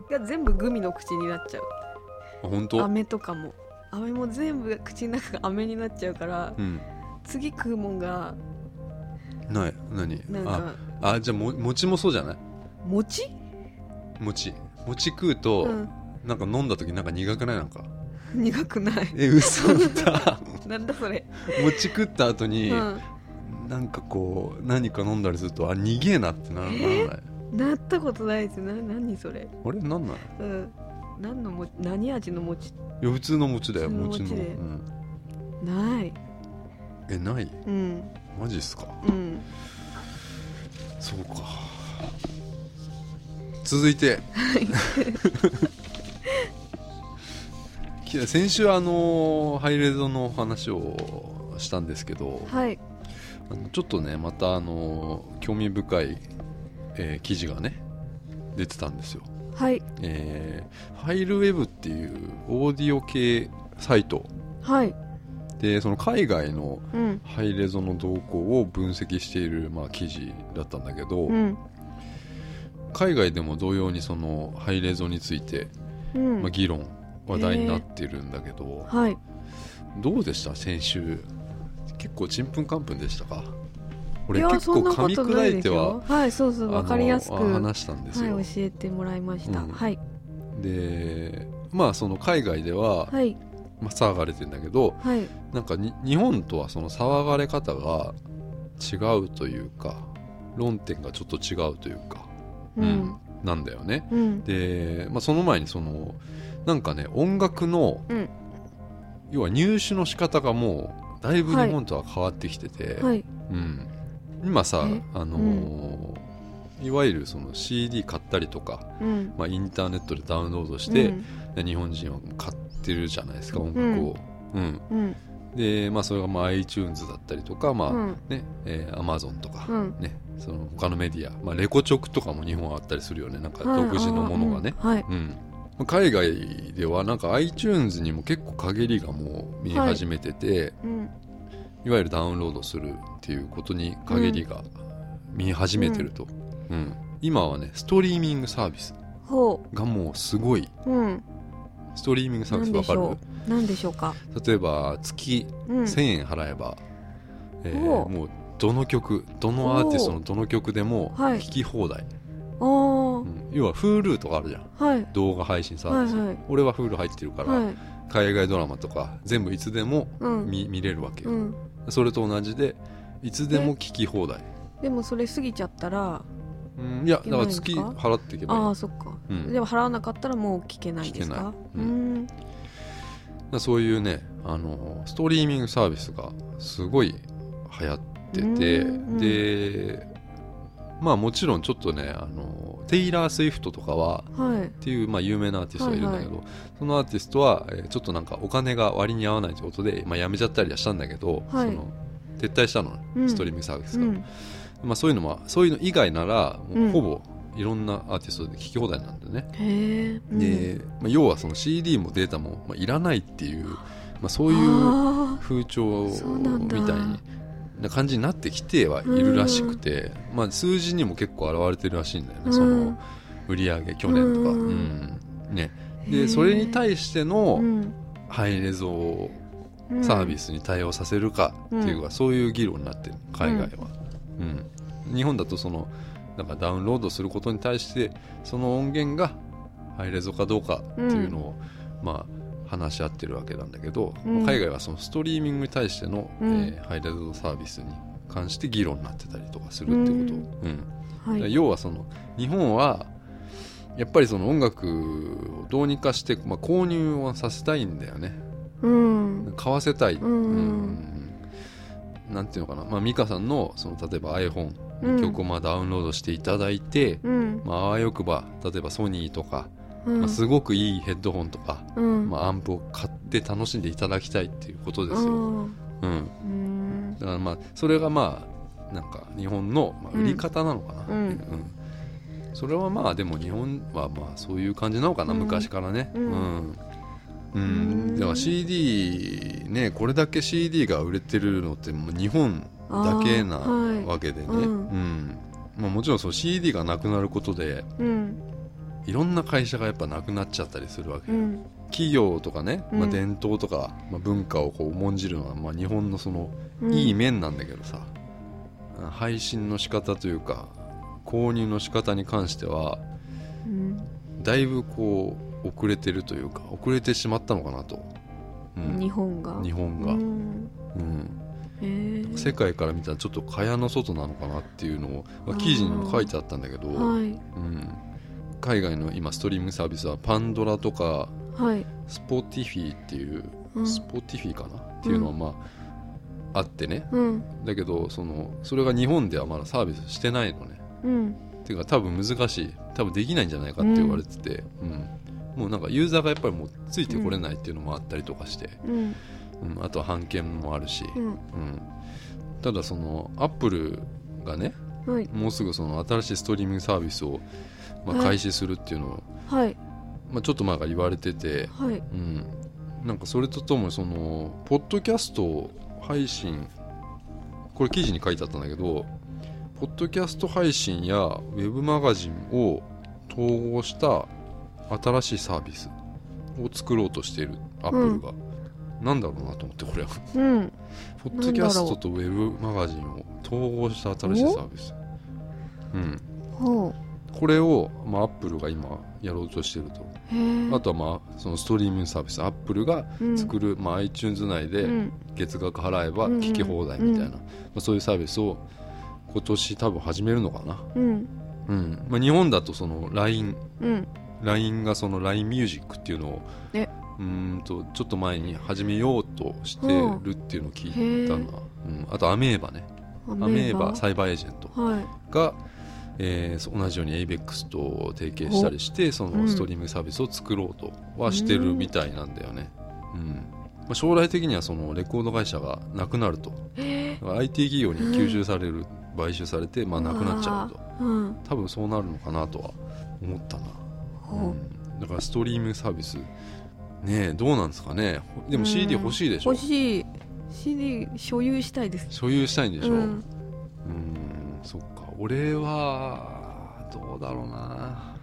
Speaker 2: お。が全部グミの口になっちゃう。
Speaker 1: あ本当
Speaker 2: 飴とかも。飴も全部口の中が飴になっちゃうから、
Speaker 1: うん
Speaker 2: 次食うもんが、
Speaker 1: ない何
Speaker 2: なん
Speaker 1: あ
Speaker 2: か、
Speaker 1: あじゃあも餅もそうじゃない
Speaker 2: 餅
Speaker 1: 餅餅食うと、
Speaker 2: うん。
Speaker 1: なんか飲んだ時なんか苦くないなんか
Speaker 2: 苦くない。
Speaker 1: え [LAUGHS] 嘘だ
Speaker 2: なんだそれ。
Speaker 1: 餅食った後
Speaker 2: う
Speaker 1: に、
Speaker 2: ん。
Speaker 1: なんかこう何か飲んだりするとあ逃げえなってならならない、
Speaker 2: なったことないです。な、何それ。
Speaker 1: あれなんない
Speaker 2: うん。何のも何味の餅
Speaker 1: いや普通の餅だよ
Speaker 2: 普通の
Speaker 1: 餅
Speaker 2: 餅
Speaker 1: の、う
Speaker 2: で
Speaker 1: ん、
Speaker 2: ない。
Speaker 1: えない
Speaker 2: うん。
Speaker 1: マジっすか
Speaker 2: うん。
Speaker 1: そうか続いてき [LAUGHS] 先週あのハイレゾの話をしたんですけど
Speaker 2: はい。
Speaker 1: あのちょっとねまたあの興味深い、えー記事がね出てたんですよ
Speaker 2: はい。
Speaker 1: えーファイルウェブっていうオーディオ系サイト
Speaker 2: はい。
Speaker 1: でその海外の
Speaker 2: うん。
Speaker 1: ハイレゾの動向を分析している、まあ、記事だったんだけど、
Speaker 2: うん。
Speaker 1: 海外でも同様にそのハイレゾについて、
Speaker 2: うん
Speaker 1: まあ、。議論話題になっているんだけど、
Speaker 2: はい。
Speaker 1: どうでした先週結構ちんぷんかんぷんでしたか俺
Speaker 2: いや
Speaker 1: 結
Speaker 2: そ
Speaker 1: 構
Speaker 2: んな
Speaker 1: 噛
Speaker 2: こ
Speaker 1: み
Speaker 2: とな
Speaker 1: 砕
Speaker 2: いで
Speaker 1: い
Speaker 2: す
Speaker 1: て
Speaker 2: よ
Speaker 1: は
Speaker 2: はいそうそうわかりやす
Speaker 1: あ
Speaker 2: くは
Speaker 1: の
Speaker 2: い
Speaker 1: 話したんですよ、
Speaker 2: 教えてもらいました、
Speaker 1: うん
Speaker 2: はい
Speaker 1: でまあその海外では、
Speaker 2: はい
Speaker 1: まあ、騒がれてんだけど
Speaker 2: はい
Speaker 1: なんかに日本とはその騒がれ方が違うというか論点がちょっと違うというか、
Speaker 2: う
Speaker 1: うん
Speaker 2: ん
Speaker 1: なんだよね。
Speaker 2: うん
Speaker 1: で、まあ、その前にそのなんかね音楽の、
Speaker 2: うん
Speaker 1: 要は入手の仕方がもうだいぶ日本とは変わってきてて、
Speaker 2: はい
Speaker 1: うん、今さ
Speaker 2: え、
Speaker 1: あのーいわゆるその CD 買ったりとか、
Speaker 2: うん
Speaker 1: まあ、インターネットでダウンロードして
Speaker 2: う、ん
Speaker 1: で日本人は買ってるじゃないですか音楽を。うん
Speaker 2: うん
Speaker 1: で、まあ、それがまあ iTunes だったりとか、まあ
Speaker 2: うん
Speaker 1: ねえー Amazon とか、
Speaker 2: うん
Speaker 1: ね、その他のメディア、まあ、レコチョクとかも日本はあったりするよねなんか独自のものがね、
Speaker 2: はい
Speaker 1: うんまあ海外ではなんか iTunes にも結構陰りがもう見え始めてて、い、
Speaker 2: あうん
Speaker 1: わゆるダウンロードするっていうことに陰りが見え始めてると、うん今はねストリーミングサービス
Speaker 2: ほ
Speaker 1: がもうすごいう
Speaker 2: うん
Speaker 1: ストリーミングサービ
Speaker 2: 何
Speaker 1: ス
Speaker 2: で
Speaker 1: わ
Speaker 2: し
Speaker 1: か
Speaker 2: ょ
Speaker 1: る
Speaker 2: う何でしょうか
Speaker 1: 例えば月
Speaker 2: うん
Speaker 1: 1000円払えば、えー
Speaker 2: おう
Speaker 1: もうどの曲どのアーティストのどの曲でも
Speaker 2: おーはい
Speaker 1: 聴き放題、
Speaker 2: あー
Speaker 1: うん要は Hulu とかあるじゃん
Speaker 2: はい
Speaker 1: 動画配信サー
Speaker 2: は
Speaker 1: ビ
Speaker 2: い
Speaker 1: ス、
Speaker 2: はい
Speaker 1: 俺は Hulu 入ってるから、
Speaker 2: はい
Speaker 1: 海外ドラマとか全部いつでも
Speaker 2: うん
Speaker 1: 見,、見れるわけよ、
Speaker 2: うん
Speaker 1: それと同じでいつでも聴き放題、
Speaker 2: でもそれ過ぎちゃったら
Speaker 1: うんいやだから月
Speaker 2: いけないんです
Speaker 1: 払っていけばいい
Speaker 2: あ
Speaker 1: だ
Speaker 2: あ
Speaker 1: か
Speaker 2: そっか、
Speaker 1: うん
Speaker 2: でも払わなかったらもう聞けないですか
Speaker 1: 聞けないうん
Speaker 2: うん
Speaker 1: らそういうねあのーストリーミングサービスがすごい流行ってて、
Speaker 2: うん
Speaker 1: でまあもちろんちょっとねあのーテイラー・スウィフトとかは
Speaker 2: はい
Speaker 1: っていう、まあ、有名なアーティストがいるんだけど、そのアーティストは、えーちょっとなんかお金が割に合わないということで、まあ、辞めちゃったりはしたんだけど、
Speaker 2: はい
Speaker 1: その撤退したのね、
Speaker 2: うん
Speaker 1: ストリーミングサービス
Speaker 2: う
Speaker 1: が、
Speaker 2: ん
Speaker 1: まあ、そういうのもそういうの以外ならもううんほぼいろんなアーティストで聴き放題なんだよね、
Speaker 2: へえ、うん、
Speaker 1: で、まあ、要はその CD もデータも、まあ、いらないっていう、まあ、そういう
Speaker 2: あ
Speaker 1: 風潮
Speaker 2: そうなんだ
Speaker 1: みたいにな感じになってきてはいるらしくて、まあ、数字にも結構表れてるらしいんだよね、
Speaker 2: うん
Speaker 1: その売り上げ去年とか。
Speaker 2: うん
Speaker 1: うんね
Speaker 2: ーへ
Speaker 1: で
Speaker 2: ー
Speaker 1: それに対して
Speaker 2: う
Speaker 1: の
Speaker 2: ん
Speaker 1: ハイレゾ
Speaker 2: うん
Speaker 1: サービスに対応させるかっていうか、そういう議論になってる海外は、うん日本だとそのなんかダウンロードすることに対してその音源がハイレゾかどうかっていうのを、まあ話し合ってるわけなんだけど、
Speaker 2: うん
Speaker 1: 海外はそのストリーミングに対しての、
Speaker 2: うん
Speaker 1: えーハイレゾサービスに関して議論になってたりとかするってこと、う
Speaker 2: う
Speaker 1: ん、だ
Speaker 2: は
Speaker 1: から
Speaker 2: い
Speaker 1: 要はその日本はやっぱりその音楽をどうにかして、まあ、購入はさせたいんだよね
Speaker 2: うん
Speaker 1: 買わせたい、
Speaker 2: うん
Speaker 1: うんなんていうのかな、まあ、美香さんのその例えば iPhone の曲をまあダウンロードしていただいて、
Speaker 2: うん
Speaker 1: まあ、あわよくば例えばソニーとか、
Speaker 2: うん
Speaker 1: まあ、すごくいいヘッドホンとか、
Speaker 2: うん
Speaker 1: まあ、アンプを買って楽しんでいただきたいっていうことですよ、
Speaker 2: うん
Speaker 1: うん、
Speaker 2: うん
Speaker 1: だからまあそれがまあなんか日本のまあ売り方なのかな、
Speaker 2: うん
Speaker 1: うんそれはまあでも日本はまあそういう感じなのかな、
Speaker 2: うん
Speaker 1: 昔からね
Speaker 2: うん
Speaker 1: うん、うん
Speaker 2: うん
Speaker 1: だから CD ねこれだけ CD が売れてるのってもう日本だけな
Speaker 2: あーはい
Speaker 1: わけでね、
Speaker 2: うん
Speaker 1: うんまあ、もちろんその CD がなくなることで
Speaker 2: うん
Speaker 1: いろんな会社がやっぱなくなっちゃったりするわけ、
Speaker 2: うん
Speaker 1: 企業とかね、ま
Speaker 2: う
Speaker 1: あ、
Speaker 2: ん
Speaker 1: 伝統とか、まあ、文化をこう重んじるのはまあ日本のその
Speaker 2: うん
Speaker 1: いい面なんだけどさ、配信の仕方というか購入の仕方に関しては
Speaker 2: うん
Speaker 1: だいぶこう遅れてるというか遅れてしまったのかなと、うん
Speaker 2: 日本が
Speaker 1: 日本が、
Speaker 2: うん
Speaker 1: うん
Speaker 2: へー
Speaker 1: 世界から見たらちょっと蚊帳の外なのかなっていうのを、まあ、記事にも書いてあったんだけど、
Speaker 2: はい
Speaker 1: うん、海外の今ストリーミングサービスはパンドラとか
Speaker 2: はい
Speaker 1: スポティフィっていう、
Speaker 2: うん
Speaker 1: スポティフィかなっていうのはまあ、あってね
Speaker 2: うん
Speaker 1: だけどそのそれが日本ではまだサービスしてないのね
Speaker 2: うん
Speaker 1: っていうか多分難しい多分できないんじゃないかって言われてて、うんもうなんかユーザーがやっぱりもうついてこれないっていうのもあったりとかして、
Speaker 2: うん
Speaker 1: うんあとは版権もあるし、
Speaker 2: う
Speaker 1: うん
Speaker 2: ん
Speaker 1: ただそのアップルがね
Speaker 2: はい
Speaker 1: もうすぐその新しいストリーミングサービスを、まあ、
Speaker 2: はい
Speaker 1: 開始するっていうのを、
Speaker 2: はい
Speaker 1: まあ、ちょっと前から言われてて、
Speaker 2: はい
Speaker 1: うん、なんかそれとともにそのポッドキャスト配信これ記事に書いてあったんだけどポッドキャスト配信やウェブマガジンを統合した新しいサービスを作ろうとしているアップルが、なんだろうなと思ってこれは
Speaker 2: うん
Speaker 1: ポッドキャストとウェブマガジンを統合した新しいサービスうん
Speaker 2: ほ
Speaker 1: これを、まあ、アップルが今やろうとしていると
Speaker 2: うへえ
Speaker 1: あとはまあそのストリーミングサービスアップルが作る、まあ、iTunes 内で
Speaker 2: うん
Speaker 1: 月額払えば聞き放題みたいな、
Speaker 2: うんうん
Speaker 1: まあ、そういうサービスを今年多分始めるのかな、
Speaker 2: うん
Speaker 1: うんまあ、日本だとその LINE,
Speaker 2: うん
Speaker 1: LINE がその LINEMUSIC っていうのを
Speaker 2: え
Speaker 1: うーんとちょっと前に始めようとしてるっていうのを聞いたな、うん、あとアメーバね
Speaker 2: ア
Speaker 1: アメーバサイバーエージェント
Speaker 2: はい
Speaker 1: が、えーそ同じように ABEX と提携したりしてそ
Speaker 2: うん
Speaker 1: のストリーミングサービスを作ろうとはしてるみたいなんだよね、うんまあ、将来的にはそのレコード会社がなくなると
Speaker 2: え
Speaker 1: だから IT 企業に吸収される、買収されて、まあ、なくなっちゃうと
Speaker 2: ーうん
Speaker 1: 多分そうなるのかなとは思ったな、う
Speaker 2: ほ
Speaker 1: んだからストリーミングサービスねえどうなんですかねでも CD 欲しいで
Speaker 2: う
Speaker 1: しょ、
Speaker 2: 欲しい CD 所有したいです
Speaker 1: 所有したいんでしょ、
Speaker 2: うん
Speaker 1: うーんそっか俺はどうだろうな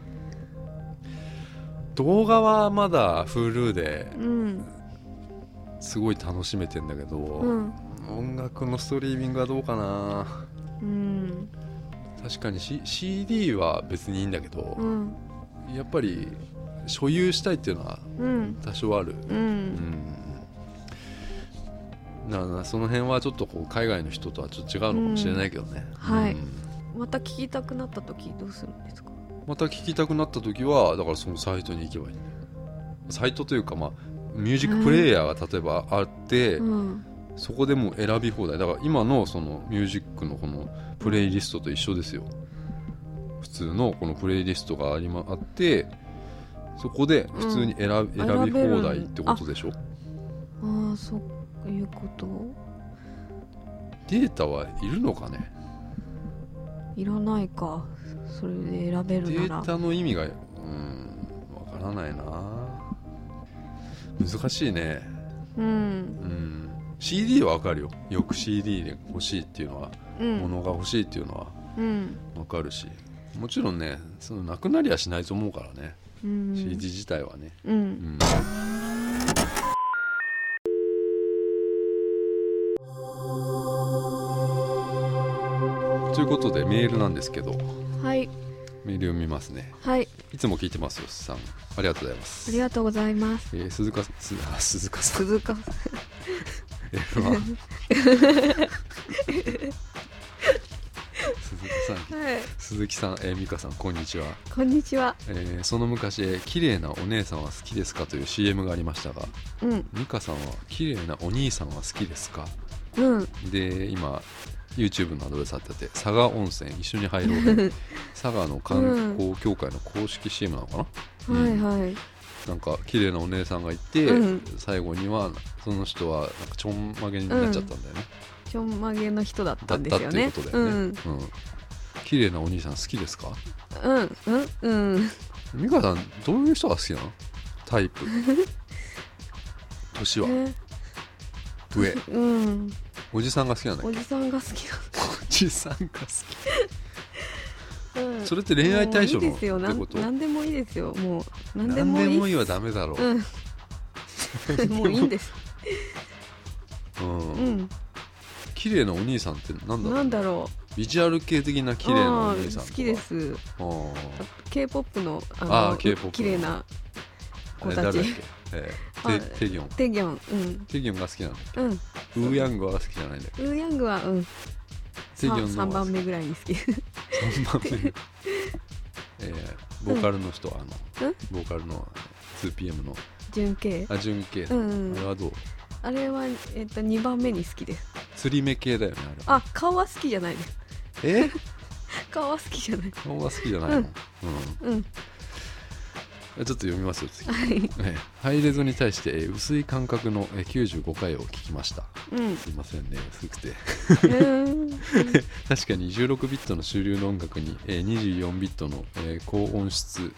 Speaker 1: 動画はまだ Hulu で
Speaker 2: うん
Speaker 1: すごい楽しめてんだけど、
Speaker 2: うん
Speaker 1: 音楽のストリーミングはどうかな
Speaker 2: うん
Speaker 1: 確かに、C、CD は別にいいんだけど
Speaker 2: う、ん
Speaker 1: やっぱり所有したいっていうのは
Speaker 2: うん
Speaker 1: 多少ある
Speaker 2: う
Speaker 1: うんんななその辺はちょっとこう海外の人とはちょっと違うのかもしれないけどね、
Speaker 2: はい
Speaker 1: うん
Speaker 2: また聞きたくなった時どうするんですか
Speaker 1: また聞きたくなった時はだからそのサイトに行けばいいんだよサイトというかまあミュージックプレイヤーが例えばあって、
Speaker 2: うん
Speaker 1: そこでもう選び放題だから今のそのミュージックのこのプレイリストと一緒ですよ普通のこのプレイリストがありまあってそこで普通に選,、
Speaker 2: うん
Speaker 1: 選び
Speaker 2: 選べる
Speaker 1: 放題ってことでしょ
Speaker 2: ああそういうこと
Speaker 1: データはいるのかね
Speaker 2: いらないかそれで選べ
Speaker 1: デ
Speaker 2: るな
Speaker 1: ー
Speaker 2: ら
Speaker 1: タの意味がうんわからないな難しいね
Speaker 2: うん
Speaker 1: うん CD はわかるよよく CD で欲しいっていうのは、
Speaker 2: うん
Speaker 1: 物が欲しいっていうのは
Speaker 2: うん
Speaker 1: わかるしもちろんねそのなくなりはしないと思うからね、
Speaker 2: うん
Speaker 1: CD 自体はね、
Speaker 2: う
Speaker 1: うんん、ということでメールなんですけど
Speaker 2: はい
Speaker 1: メール読みますね
Speaker 2: はい
Speaker 1: いつも聞いてますよすさんありがとうございます
Speaker 2: ありがとうございます
Speaker 1: えー鈴鹿すあ鈴鹿さん
Speaker 2: 鈴鹿
Speaker 1: F1 鈴鹿さん
Speaker 2: はい
Speaker 1: [LAUGHS] 鈴木さん、えー、美香さんこんにちは、
Speaker 2: こんにちは
Speaker 1: えーその昔、えー綺麗なお姉さんは好きですかという CM がありましたが
Speaker 2: うん
Speaker 1: 美香さんは綺麗なお兄さんは好きですか
Speaker 2: うん
Speaker 1: で今 YouTube のアドレスあってて佐賀温泉一緒に入ろう
Speaker 2: [LAUGHS]
Speaker 1: ね佐賀の観光協会の公式 CM なのかな、うん
Speaker 2: はいはい
Speaker 1: なんか綺麗なお姉さんがいて、
Speaker 2: うん
Speaker 1: 最後にはその人はなんかちょんまげになっちゃったんだよね、
Speaker 2: ちょんまげの人だったんで
Speaker 1: だっ
Speaker 2: す
Speaker 1: た
Speaker 2: よ
Speaker 1: っていうこと
Speaker 2: ね
Speaker 1: だよね、うん綺麗なお兄さん好きですか
Speaker 2: うんうんうんうん
Speaker 1: 美香さんどういう人が好きなのタ
Speaker 2: [LAUGHS]
Speaker 1: イプ年は
Speaker 2: ね
Speaker 1: 上
Speaker 2: うん
Speaker 1: おじさんが好きなんだっ
Speaker 2: お
Speaker 1: け
Speaker 2: じさんが好き
Speaker 1: おじさんが好き
Speaker 2: な、うん、
Speaker 1: それって恋愛対象
Speaker 2: もう
Speaker 1: のっ
Speaker 2: いいです
Speaker 1: て
Speaker 2: よなん
Speaker 1: こと
Speaker 2: なんでもいいですよもうなん
Speaker 1: 何で
Speaker 2: でもいい
Speaker 1: もいいはダメだろう、
Speaker 2: うんもういいんです
Speaker 1: [LAUGHS] うん
Speaker 2: うん
Speaker 1: 綺麗なお兄さんってなんだろう
Speaker 2: なんだろ
Speaker 1: ビジュアル系的な
Speaker 2: う
Speaker 1: 綺麗なお兄さん
Speaker 2: あ
Speaker 1: とか
Speaker 2: ー好きです
Speaker 1: あー
Speaker 2: K-POP のあ
Speaker 1: あー K-Pop の
Speaker 2: 綺麗な
Speaker 1: あ
Speaker 2: 子
Speaker 1: れ
Speaker 2: た
Speaker 1: 誰だっ
Speaker 2: ち
Speaker 1: け、え
Speaker 2: あ
Speaker 1: ー、テテギョン
Speaker 2: テギョン
Speaker 1: テギョンが好きなの
Speaker 2: うんうん
Speaker 1: ウーヤングは好きじゃないんだよ
Speaker 2: ウーヤングはうん
Speaker 1: テギョンの方が
Speaker 2: 3
Speaker 1: 好
Speaker 2: 番
Speaker 1: き
Speaker 2: 目ぐらいに好き [LAUGHS]
Speaker 1: 3番目 [LAUGHS] えーボーカルの人、あの
Speaker 2: ん
Speaker 1: ボーカルの 2PM の
Speaker 2: 純系
Speaker 1: あ純系、
Speaker 2: うん
Speaker 1: あれはどう
Speaker 2: あれはえっと2番目に好きです
Speaker 1: 釣り目系だよねあれは
Speaker 2: あ顔は好きじゃないです
Speaker 1: え
Speaker 2: 顔は好きじゃない
Speaker 1: 顔が好きじゃないの、う
Speaker 2: うんんうん
Speaker 1: ちょっと読みますよ次
Speaker 2: は
Speaker 1: え
Speaker 2: い
Speaker 1: ーハイレゾに対してえー薄い感覚のえー95回を聞きました
Speaker 2: うん
Speaker 1: すいませんね薄くて
Speaker 2: うん
Speaker 1: 確かに16ビットの主流の音楽にえー24ビットのえー高音質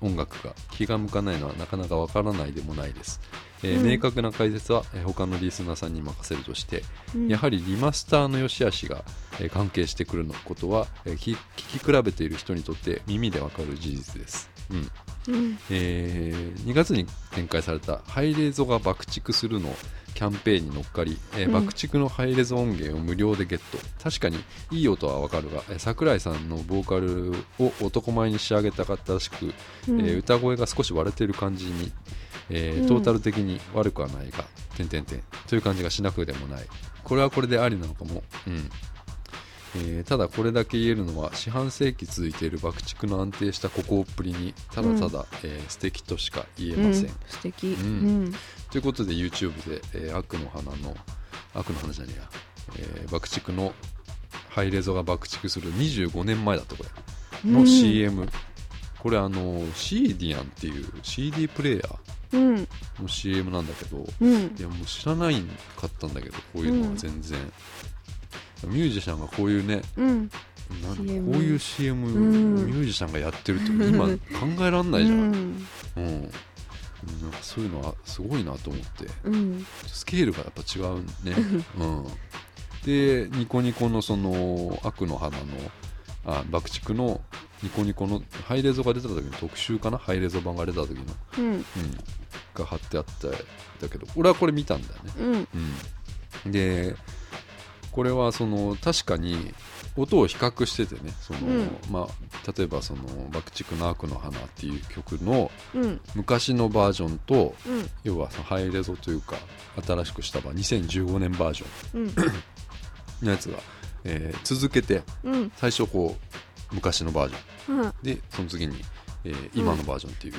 Speaker 1: 音楽が気が向かないのはなかなかわからないでもないです、えー
Speaker 2: うん
Speaker 1: 明確な解説はえー他のリスナーさんに任せるとして
Speaker 2: うん
Speaker 1: やはりリマスターの良し悪しがえー関係してくるのことはえー聞聞き比べている人にとって耳でわかる事実です、うん
Speaker 2: うん
Speaker 1: え2月に展開された「ハイレゾが爆竹する」のキャンペーンに乗っかり、えー
Speaker 2: うん
Speaker 1: 爆竹のハイレゾ音源を無料でゲット確かにいい音はわかるが、えー桜井さんのボーカルを男前に仕上げたかったらしく、
Speaker 2: うん
Speaker 1: えー歌声が少し割れてる感じに、えー
Speaker 2: うん
Speaker 1: トータル的に悪くはないが、点々点という感じがしなくでもないこれはこれでありなのかも、うんえーただこれだけ言えるのは四半世紀続いている爆竹の安定した孤高っぷりにただただ、えー素敵としか言えません、
Speaker 2: うん、素敵、うん
Speaker 1: ということで YouTube で、えー悪の花の悪の花じゃねえや、えー爆竹のハイレゾが爆竹する25年前だとこれ
Speaker 2: ん、
Speaker 1: の CM、これあの C ディアンっていう CD プレイヤー
Speaker 2: うん
Speaker 1: の CM なんだけど
Speaker 2: うん
Speaker 1: いやもう知らないかったんだけどこういうのは全然、ミュージシャンがこういうね
Speaker 2: うん
Speaker 1: なん
Speaker 2: CM
Speaker 1: こういう CM、
Speaker 2: うん
Speaker 1: ミュージシャンがやってるって今考えらんないじゃん、うんうんなんかそういうのはすごいなと思って
Speaker 2: うん
Speaker 1: スケールがやっぱ違うね、うん、でニコニコのその悪の花のあ爆竹のニコニコのハイレゾが出た時の特集かなハイレゾ版が出た時の、うん、
Speaker 2: うん
Speaker 1: が貼ってあったんだけど俺はこれ見たんだよね、
Speaker 2: うん
Speaker 1: うん、でこれはその確かに音を比較しててねその、
Speaker 2: うん
Speaker 1: まあ、例えばその「爆竹の悪の花」っていう曲の
Speaker 2: うん
Speaker 1: 昔のバージョンと
Speaker 2: うん
Speaker 1: 要はそのハイレゾというか新しくしたば2015年バージョ
Speaker 2: うん
Speaker 1: ンのやつが、えー続けて
Speaker 2: うん
Speaker 1: 最初こう昔のバージョン
Speaker 2: うん
Speaker 1: でその次に、えー今のバージョンっていう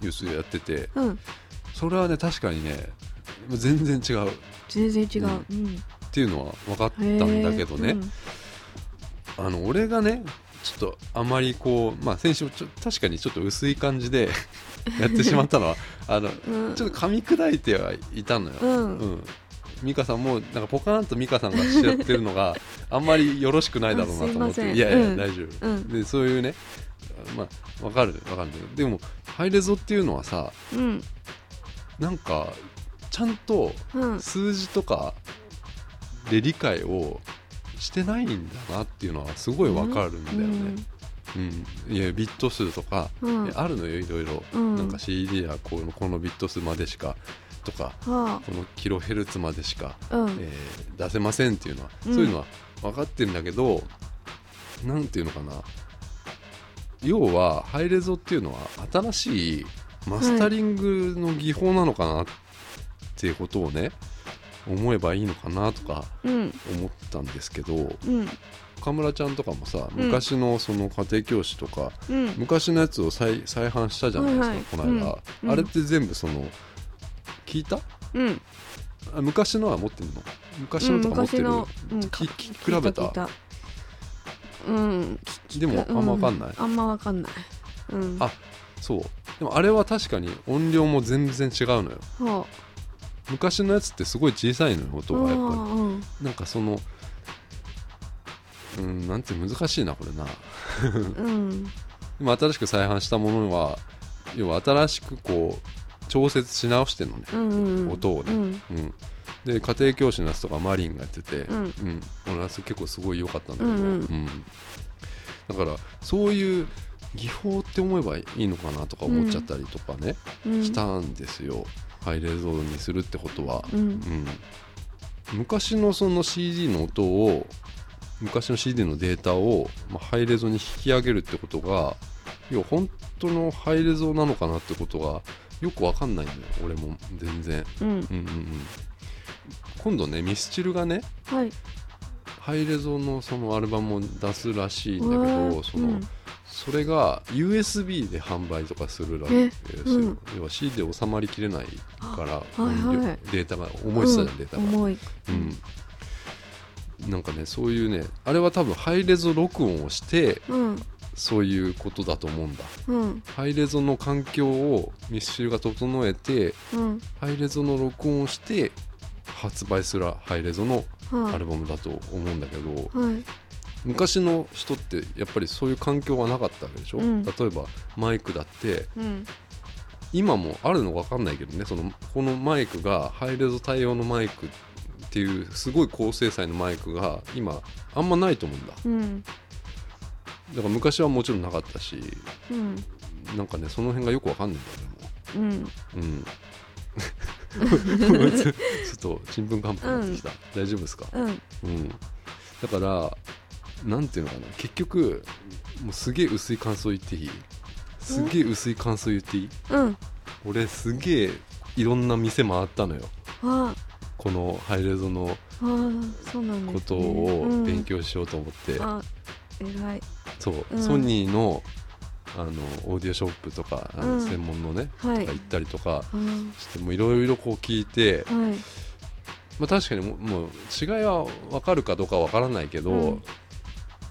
Speaker 1: ニュースでやってて、
Speaker 2: うん
Speaker 1: それはね確かにね全然違うっ
Speaker 2: 全然違う、
Speaker 1: うん
Speaker 2: うん、
Speaker 1: ていうのは分かった
Speaker 2: へー
Speaker 1: んだけどね、あの俺がねちょっとあまりこうまあ先週ちょ確かにちょっと薄い感じで [LAUGHS] やってしまったのはあの
Speaker 2: うんうん
Speaker 1: ちょっと噛み砕いてはいたのよ。
Speaker 2: うん
Speaker 1: うん美香さんもなんかポカーンと美香さんがしちゃってるの
Speaker 2: [LAUGHS]
Speaker 1: があんまりよろしくないだろうなと思っ
Speaker 2: あすいま
Speaker 1: て
Speaker 2: せん
Speaker 1: いやいや、
Speaker 2: うん
Speaker 1: 大丈夫、
Speaker 2: うん
Speaker 1: でそういうねまあわかるわかるんだけどでもハイレゾっていうのはさ
Speaker 2: うん
Speaker 1: なんかちゃんと
Speaker 2: うん
Speaker 1: 数字とかで理解をしてないんだなっていうのはすごいわかるんだよね、うんいやビット数とか、
Speaker 2: うん
Speaker 1: いやあるのよいろいろ、
Speaker 2: うん
Speaker 1: なんか CD やこのこのビット数までしかとか
Speaker 2: は
Speaker 1: このキロヘルツまでしか、
Speaker 2: あう
Speaker 1: え
Speaker 2: ん
Speaker 1: ー出せませんっていうのは、
Speaker 2: うん
Speaker 1: そういうのは分かってるんだけどなんていうのかな要はハイレゾっていうのは新しいマスタリングの技法なのかなっていうことをね、思えばいいのかなとか
Speaker 2: うん
Speaker 1: 思ったんですけど
Speaker 2: うん
Speaker 1: 岡村ちゃんとかもさ
Speaker 2: うん
Speaker 1: 昔のその家庭教師とか、
Speaker 2: うん
Speaker 1: 昔のやつを再再販したじゃないですか、
Speaker 2: はいはい
Speaker 1: この間、
Speaker 2: うんうん
Speaker 1: あれって全部その聞いた
Speaker 2: うん
Speaker 1: あ昔のは持ってるの昔のとか持ってる、
Speaker 2: うん
Speaker 1: 聞
Speaker 2: か
Speaker 1: き比べた
Speaker 2: 聞い聞いうん
Speaker 1: でもあんま分かんない、
Speaker 2: うあんまわかんないうん
Speaker 1: あそうでもあれは確かに音量も全然違うのよ
Speaker 2: は
Speaker 1: 昔のやつってすごい小さいのよ
Speaker 2: あ
Speaker 1: 音がやっ
Speaker 2: う
Speaker 1: ぱ
Speaker 2: ん
Speaker 1: りなんかそのうんなんて難しいなこれな
Speaker 2: うん
Speaker 1: 今新しく再販したものは要は新しくこう調節し直してんのね、
Speaker 2: うんうん
Speaker 1: 音をね
Speaker 2: うん
Speaker 1: うん、で家庭教師のやつとかマリンがやってて、
Speaker 2: うん
Speaker 1: うん、俺はそれ結構すごい良かったんだけど、
Speaker 2: うんうん
Speaker 1: だからそういう技法って思えばいいのかなとか思っちゃったりとかね、
Speaker 2: うん
Speaker 1: したんですよ、ハイレゾーにするってことは、
Speaker 2: うん
Speaker 1: うん昔のその CD の音を昔の CD のデータを、まあ、ハイレゾーに引き上げるってことが要は本当のハイレゾーなのかなってことがよくわかんないんだよ俺も全然。
Speaker 2: うん
Speaker 1: うんうんうん、今度ねミスチルがね
Speaker 2: はい
Speaker 1: ハイレゾのそのアルバムを出すらしいんだけ
Speaker 2: う
Speaker 1: ど
Speaker 2: わ
Speaker 1: その、
Speaker 2: うん
Speaker 1: それが USB で販売とかするらしい
Speaker 2: え
Speaker 1: ですよ、
Speaker 2: うん
Speaker 1: 要は C で収まりきれないから
Speaker 2: あはいはい
Speaker 1: 音量データが重いってたじゃん、データが、
Speaker 2: 重い
Speaker 1: うん、なんかねそういうねあれは多分ハイレゾ録音をして
Speaker 2: うん
Speaker 1: そういうことだと思うんだ
Speaker 2: うん
Speaker 1: ハイレゾの環境をミスチルが整えて
Speaker 2: うん
Speaker 1: ハイレゾの録音をして発売するハイレゾの
Speaker 2: は
Speaker 1: アルバムだと思うんだけど、
Speaker 2: あはい
Speaker 1: 昔の人ってやっぱりそういう環境がなかったわけでしょ、
Speaker 2: うん
Speaker 1: 例えばマイクだって
Speaker 2: うん
Speaker 1: 今もあるのか分かんないけどねそのこのマイクがハイレゾ対応のマイクっていうすごい高精細のマイクが今あんまないと思うんだ
Speaker 2: うん
Speaker 1: だから昔はもちろんなかったし
Speaker 2: うん
Speaker 1: なんかねその辺がよく分かんないんだよ
Speaker 2: うん
Speaker 1: 俺もうん [LAUGHS] ちょっとちんぷんかんぷんになってきた、大丈夫ですか
Speaker 2: うん
Speaker 1: うん、だからなんていうのかな結局もうすげえ薄い感想言っていいすげえ薄い感想言っていい
Speaker 2: うん
Speaker 1: 俺すげえいろんな店回ったのよ
Speaker 2: あ
Speaker 1: このハイレゾの
Speaker 2: ああそうなんですね
Speaker 1: ことを勉
Speaker 2: 強
Speaker 1: 強しようと思って、
Speaker 2: あ偉い
Speaker 1: そう、
Speaker 2: うん
Speaker 1: ソニーのあのオーディオショップとかあ
Speaker 2: う
Speaker 1: の
Speaker 2: ん
Speaker 1: 専門のね、
Speaker 2: はい
Speaker 1: とか行ったりとか
Speaker 2: あ
Speaker 1: してもいろいろこう聞いて、
Speaker 2: あはい
Speaker 1: まあ、確かにもうもう違いは分かるかどうかは分からないけど、
Speaker 2: うん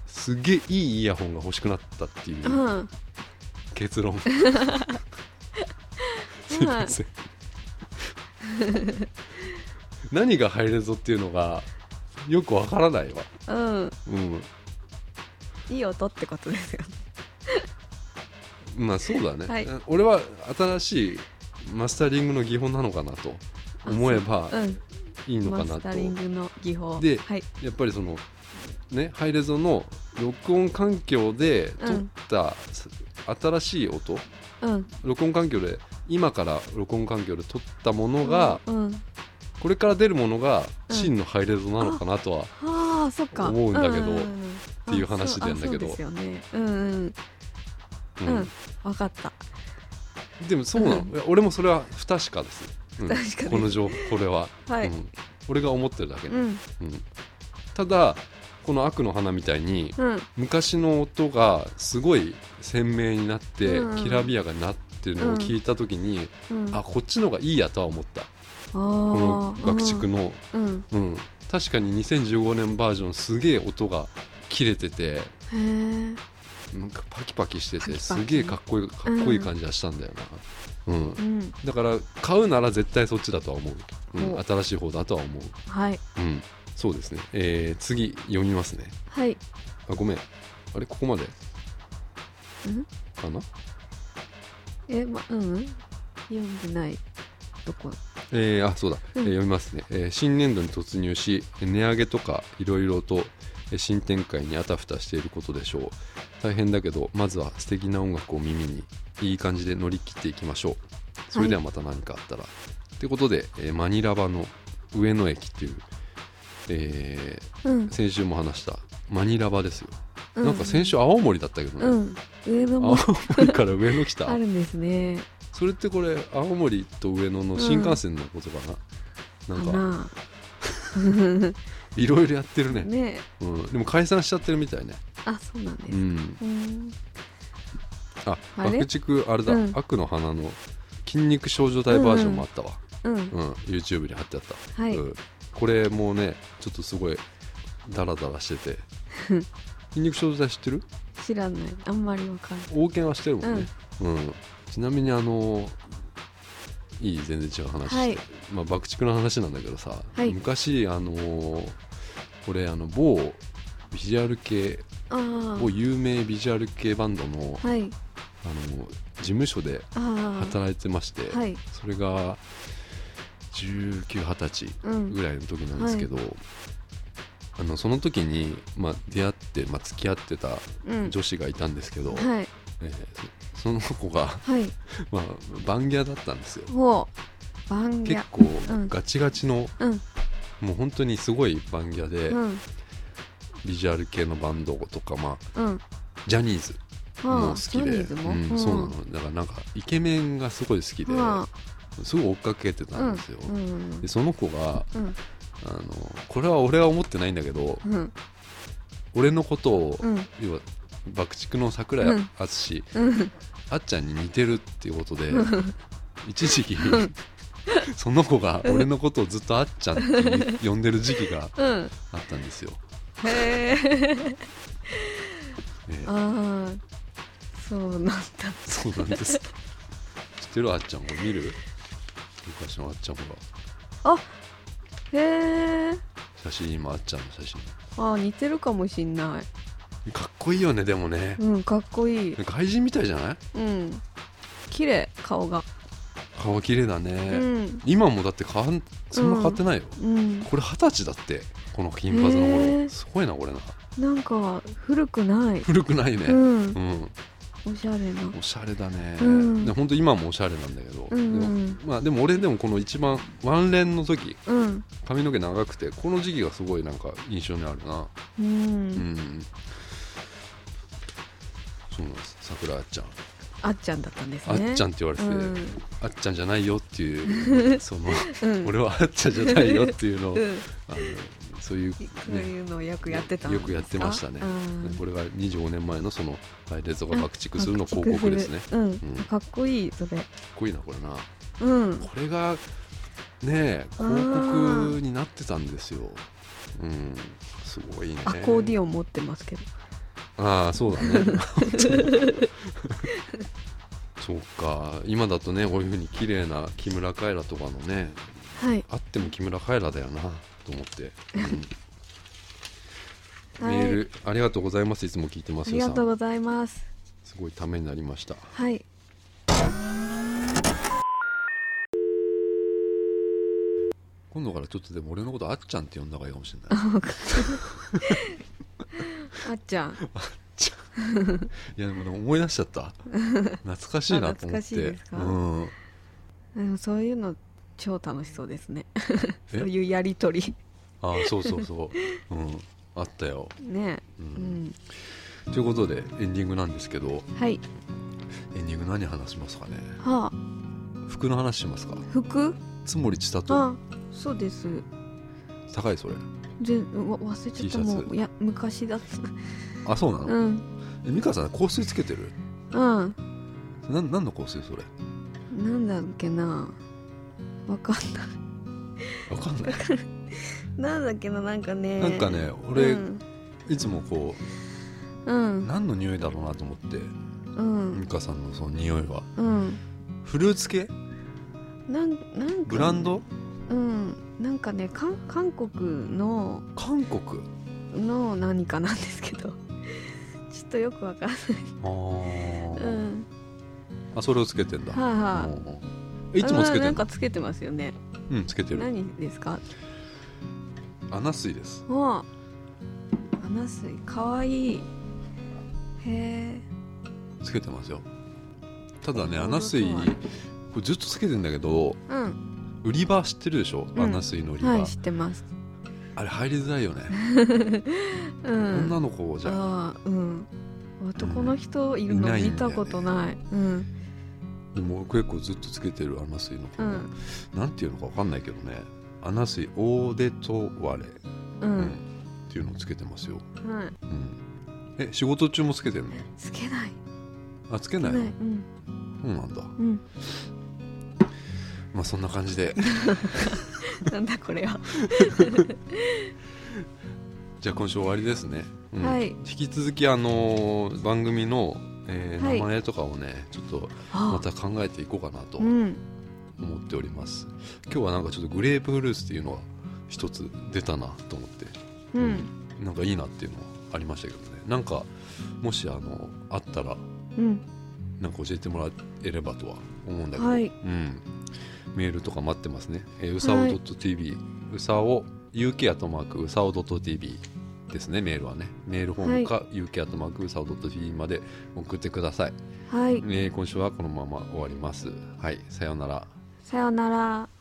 Speaker 1: すげえいいイヤホンが欲しくなったっていう。
Speaker 2: うん
Speaker 1: 結
Speaker 2: [LAUGHS]
Speaker 1: 論すいません何が入れぞっていうのがよくわからないわ
Speaker 2: うん
Speaker 1: うん
Speaker 2: いい音ってことですよね
Speaker 1: まあそうだね、
Speaker 2: はい
Speaker 1: 俺は新しいマスタリングの技法なのかなと思えば
Speaker 2: うん
Speaker 1: いいのか
Speaker 2: マ
Speaker 1: な
Speaker 2: ス
Speaker 1: と、
Speaker 2: タリングの技法
Speaker 1: で
Speaker 2: はい
Speaker 1: やっぱりそのねハイレゾの録音環境で撮った新しい音、
Speaker 2: うん
Speaker 1: 録音環境で今から録音環境で撮ったものが、
Speaker 2: うん
Speaker 1: これから出るものが真のハイレゾなのかなとは、
Speaker 2: ああそっか
Speaker 1: 思うんだけど
Speaker 2: って
Speaker 1: いう話なんだけど
Speaker 2: そうですよねうんうん
Speaker 1: うん
Speaker 2: うん分かった
Speaker 1: でもそうなの、
Speaker 2: うん
Speaker 1: いや俺もそれは不確かです、うん
Speaker 2: 確かです
Speaker 1: この情報これは、
Speaker 2: はい
Speaker 1: うん俺が思ってるだけ、
Speaker 2: う
Speaker 1: うん
Speaker 2: ん
Speaker 1: ただこの「悪の花」みたいに
Speaker 2: うん
Speaker 1: 昔の音がすごい鮮明になって、
Speaker 2: うん
Speaker 1: きらびやかになってるのを聞いた時に、
Speaker 2: うん
Speaker 1: あこっちのがいいやとは思った
Speaker 2: こ
Speaker 1: この爆竹
Speaker 2: の
Speaker 1: の、
Speaker 2: うん
Speaker 1: うん、確かに2015年バージョンすげえ音が切れてて
Speaker 2: へえ
Speaker 1: なんかパキパキしてて
Speaker 2: パキパキ
Speaker 1: すげえかっこいいかっこいい感じがしたんだよな、うん
Speaker 2: うん
Speaker 1: だから買うなら絶対そっちだとは思う、うん
Speaker 2: お
Speaker 1: 新しい方だとは思う、
Speaker 2: はい
Speaker 1: うん、そうですね、えー次読みますね
Speaker 2: はい
Speaker 1: あごめんあれここまでかな
Speaker 2: えまうんうん読んでないとこ
Speaker 1: えーあそうだ、えー
Speaker 2: うん
Speaker 1: 読みますね、えー新年度に突入し値上げとかいろいろとえー新展開にあたふたしていることでしょう大変だけどまずは素敵な音楽を耳にいい感じで乗り切っていきましょうそれではまた何かあったら、ってことで、えーマニラバの上野駅っていう、え
Speaker 2: うん
Speaker 1: ー先週も話したマニラバですよ、
Speaker 2: う
Speaker 1: なんか先週青森だったけどね、
Speaker 2: うん上の
Speaker 1: 青
Speaker 2: も
Speaker 1: 森から上野来た
Speaker 2: あるんですね
Speaker 1: それってこれ青森と上野の新幹線のことかな、
Speaker 2: か
Speaker 1: なんか
Speaker 2: ない
Speaker 1: ろいろやってるね
Speaker 2: ね
Speaker 1: うん、でも解散しちゃってるみたいね、
Speaker 2: あそうなんです
Speaker 1: うん、
Speaker 2: うん
Speaker 1: あ
Speaker 2: あれ
Speaker 1: 爆竹あれだ、
Speaker 2: うん
Speaker 1: 悪の花の筋肉少女隊バージョンもあったわ、
Speaker 2: うん
Speaker 1: うん YouTube に貼ってあった、
Speaker 2: はい
Speaker 1: うんこれもうねちょっとすごいダラダラして
Speaker 2: [LAUGHS]
Speaker 1: て筋肉少女隊知ってる
Speaker 2: 知らないあんまりわかんない
Speaker 1: 王権はしてるもんね、うんちなみにあのいい全然違う話して、
Speaker 2: はい
Speaker 1: まあ、爆竹の話なんだけどさ、
Speaker 2: はい
Speaker 1: 昔あの俺あの某ビジュアル系
Speaker 2: ああ
Speaker 1: 某有名ビジュアル系バンドの
Speaker 2: はい
Speaker 1: あの事務所で
Speaker 2: ああ
Speaker 1: 働いてまして、
Speaker 2: はい
Speaker 1: それが1920歳
Speaker 2: うん
Speaker 1: ぐらいの時なんですけど、あのその時に、まあ、出会って、まあ、付き合ってた
Speaker 2: うん
Speaker 1: 女子がいたんですけど、
Speaker 2: はい
Speaker 1: えーその子が、 [LAUGHS]
Speaker 2: はい
Speaker 1: まあ、バンギャだったんですよ
Speaker 2: ほうバンギャ
Speaker 1: 結構
Speaker 2: うん
Speaker 1: ガチガチの、
Speaker 2: うん
Speaker 1: もう本当にすごいバンギャで、
Speaker 2: うん
Speaker 1: ビジュアル系のバンドとか、まあ、
Speaker 2: うん
Speaker 1: ジャニーズも
Speaker 2: は
Speaker 1: 好
Speaker 2: あ
Speaker 1: き
Speaker 2: ジャ
Speaker 1: で、
Speaker 2: ニーズも
Speaker 1: うんそうなのだからなんかイケメンがすごい好きで、
Speaker 2: は
Speaker 1: すごい追っかけて
Speaker 2: あ
Speaker 1: たんですよ、
Speaker 2: うんうん
Speaker 1: でその子が
Speaker 2: うん
Speaker 1: あのこれは俺は思ってないんだけど
Speaker 2: うん
Speaker 1: 俺のことを、
Speaker 2: うん
Speaker 1: 要は爆竹の桜
Speaker 2: う
Speaker 1: 井
Speaker 2: ん
Speaker 1: 淳、
Speaker 2: うん
Speaker 1: あっちゃんに似てるっていうことで
Speaker 2: ん
Speaker 1: 一時期
Speaker 2: ん
Speaker 1: その子が俺のことをずっとあっちゃんって呼んでる時期が
Speaker 2: うん
Speaker 1: あったんですよ、
Speaker 2: へ
Speaker 1: [LAUGHS]
Speaker 2: え
Speaker 1: ええ
Speaker 2: ああそうなんだ
Speaker 1: そうなんです知ってるあっちゃんも見る昔のあっちゃんほら
Speaker 2: へえ
Speaker 1: 写真今あっちゃんの写真
Speaker 2: あ似てるかもしんない
Speaker 1: かっこいいよねでもね
Speaker 2: うんかっこいい
Speaker 1: 外人みたいじゃない
Speaker 2: うん綺麗顔が
Speaker 1: 顔綺麗だ
Speaker 2: う
Speaker 1: ね、
Speaker 2: ん
Speaker 1: 今もだって変わんそんな変わってないよ、
Speaker 2: うん
Speaker 1: これ二十歳だってこの金髪の頃、
Speaker 2: へー
Speaker 1: すごいなこれな
Speaker 2: なんか古くない
Speaker 1: 古くないね
Speaker 2: う、ん
Speaker 1: うん
Speaker 2: おしゃれな
Speaker 1: おしゃれだね、
Speaker 2: うん
Speaker 1: で本当今もおしゃれなんだけど、
Speaker 2: うん
Speaker 1: で
Speaker 2: う
Speaker 1: も
Speaker 2: ん
Speaker 1: まあでも俺でもこの一番ワンレンの時
Speaker 2: うん
Speaker 1: 髪の毛長くてこの時期がすごいなんか印象にあるな
Speaker 2: う
Speaker 1: うん、
Speaker 2: ん
Speaker 1: そうなんです桜あっちゃん、
Speaker 2: あっちゃんだったんです
Speaker 1: あ
Speaker 2: ね
Speaker 1: っちゃんって言われてて、
Speaker 2: うん
Speaker 1: あっちゃんじゃないよっていう [LAUGHS] その
Speaker 2: うん
Speaker 1: 俺はあっちゃんじゃないよっていうのを、
Speaker 2: うん
Speaker 1: あのそういう
Speaker 2: そう
Speaker 1: ね
Speaker 2: いうのをよくやってたんですか
Speaker 1: よくやってましたね
Speaker 2: うん
Speaker 1: これが25年前のその配列とか爆竹するの広告ですね。かっ
Speaker 2: うん
Speaker 1: ん
Speaker 2: かっこいいそれ
Speaker 1: こいいなこれな。
Speaker 2: うん
Speaker 1: これがねえ広告になってたんですよ。うんすごいね。
Speaker 2: アコーディ
Speaker 1: オン。
Speaker 2: オン持ってますけど
Speaker 1: ああそうだね。 [LAUGHS] そうか今だとねこういうふうに綺麗な木村カエラとかのね
Speaker 2: はい
Speaker 1: あっても木村カエラだよなと思って。うん
Speaker 2: はい
Speaker 1: メールありがとうございますいつも聞いてま
Speaker 2: あ
Speaker 1: す
Speaker 2: り
Speaker 1: よ
Speaker 2: が
Speaker 1: さん
Speaker 2: とうございます
Speaker 1: すごいためになりました
Speaker 2: はい
Speaker 1: 今度からちょっとでも俺のことあっちゃんって呼んだ方がいいかもしれない
Speaker 2: あっちゃん
Speaker 1: いやでもね思い出しちゃった懐かしいなと思
Speaker 2: あ懐
Speaker 1: っ
Speaker 2: かしいで
Speaker 1: て
Speaker 2: すか
Speaker 1: うん
Speaker 2: でもそういうの超楽しそうですね
Speaker 1: え
Speaker 2: [LAUGHS] そういうやりとり
Speaker 1: ああそうそうそう、うん、あったよ、
Speaker 2: ね
Speaker 1: う
Speaker 2: うんん
Speaker 1: ということでエンディングなんですけど
Speaker 2: はい
Speaker 1: エンディング何話しますかね
Speaker 2: はあ
Speaker 1: 服の話しますか
Speaker 2: 服
Speaker 1: つもりちさと
Speaker 2: あそうです
Speaker 1: 高いそれ
Speaker 2: 全うわ忘れちゃった
Speaker 1: T シャ
Speaker 2: も
Speaker 1: ツ
Speaker 2: ういや昔だっ
Speaker 1: あそうな
Speaker 2: た
Speaker 1: の、
Speaker 2: うん
Speaker 1: え美香さん香水つけてる
Speaker 2: うん
Speaker 1: なん何の香水それ
Speaker 2: なんだっけなわかんない
Speaker 1: わかんない
Speaker 2: [LAUGHS] なんだっけななんかね
Speaker 1: なんかね俺、
Speaker 2: うん
Speaker 1: いつもこ
Speaker 2: う
Speaker 1: うん何の匂いだろうなと思って
Speaker 2: う
Speaker 1: 美
Speaker 2: ん
Speaker 1: 香さんのその匂いは
Speaker 2: うん
Speaker 1: フルーツ系
Speaker 2: なんなんかね
Speaker 1: ブランド
Speaker 2: うんなんかね韓韓国の
Speaker 1: 韓国
Speaker 2: の何かなんですけど [LAUGHS] ちょっとよくわかんない
Speaker 1: あ
Speaker 2: う
Speaker 1: ー、
Speaker 2: ん
Speaker 1: あそれをつけてんだ、
Speaker 2: はいはい
Speaker 1: うんうんえいつもつけ
Speaker 2: あ
Speaker 1: て
Speaker 2: なん
Speaker 1: ん
Speaker 2: んか
Speaker 1: だ
Speaker 2: つけてますよね
Speaker 1: うんつけてる
Speaker 2: 何ですか
Speaker 1: 穴水です
Speaker 2: わあアナスイかわいいへえ
Speaker 1: つけてますよただね
Speaker 2: 本当
Speaker 1: 穴水こ
Speaker 2: だ
Speaker 1: れずっとつけてんだけど
Speaker 2: うん
Speaker 1: 売り場知ってるでしょ、
Speaker 2: うん
Speaker 1: 穴水の売り場、
Speaker 2: はい知ってます
Speaker 1: あれ入りづらいよね、
Speaker 2: うん
Speaker 1: 女の子じゃん
Speaker 2: ああうん男の人いる
Speaker 1: い
Speaker 2: の
Speaker 1: ないんだよね
Speaker 2: 見たことないうん
Speaker 1: でも結構ずっとつけてる穴水の子、
Speaker 2: うん
Speaker 1: なんていうのかわかんないけどね穴水オーデトワレ、う
Speaker 2: う
Speaker 1: ん
Speaker 2: ん
Speaker 1: っていうのをつけてますよ、
Speaker 2: は
Speaker 1: う
Speaker 2: い
Speaker 1: ん、え仕事中もつけてんの
Speaker 2: つけない
Speaker 1: あつけ
Speaker 2: つ
Speaker 1: な
Speaker 2: け
Speaker 1: い
Speaker 2: な
Speaker 1: の
Speaker 2: いうん
Speaker 1: そうなんだ
Speaker 2: うん
Speaker 1: [LAUGHS] まあそんな感じで [LAUGHS]
Speaker 2: なんだこれは
Speaker 1: じゃあ今週終わりですね、うん
Speaker 2: はい
Speaker 1: 引き続きあのー番組の、えー
Speaker 2: はい
Speaker 1: 名前とかをねちょっとま
Speaker 2: あ
Speaker 1: た考えていこうかなと
Speaker 2: うん
Speaker 1: 思っております、今日はなんかちょっとグレープフルーツっていうのが一つ出たなと思って
Speaker 2: うん
Speaker 1: なんかいいなっていうのはありましたけどねなんかもしあのあったら
Speaker 2: うん
Speaker 1: なんか教えてもらえればとは思うんだけど、
Speaker 2: はい
Speaker 1: うん、メールとか待ってますね、えー、うさお .tv、うさお UK アットマークうさお .tv ですねメールはねメールフォームか、UK アットマークうさお .tv まで送ってください、
Speaker 2: はい
Speaker 1: えー今週はこのまま終わりますはいさようなら
Speaker 2: さよなら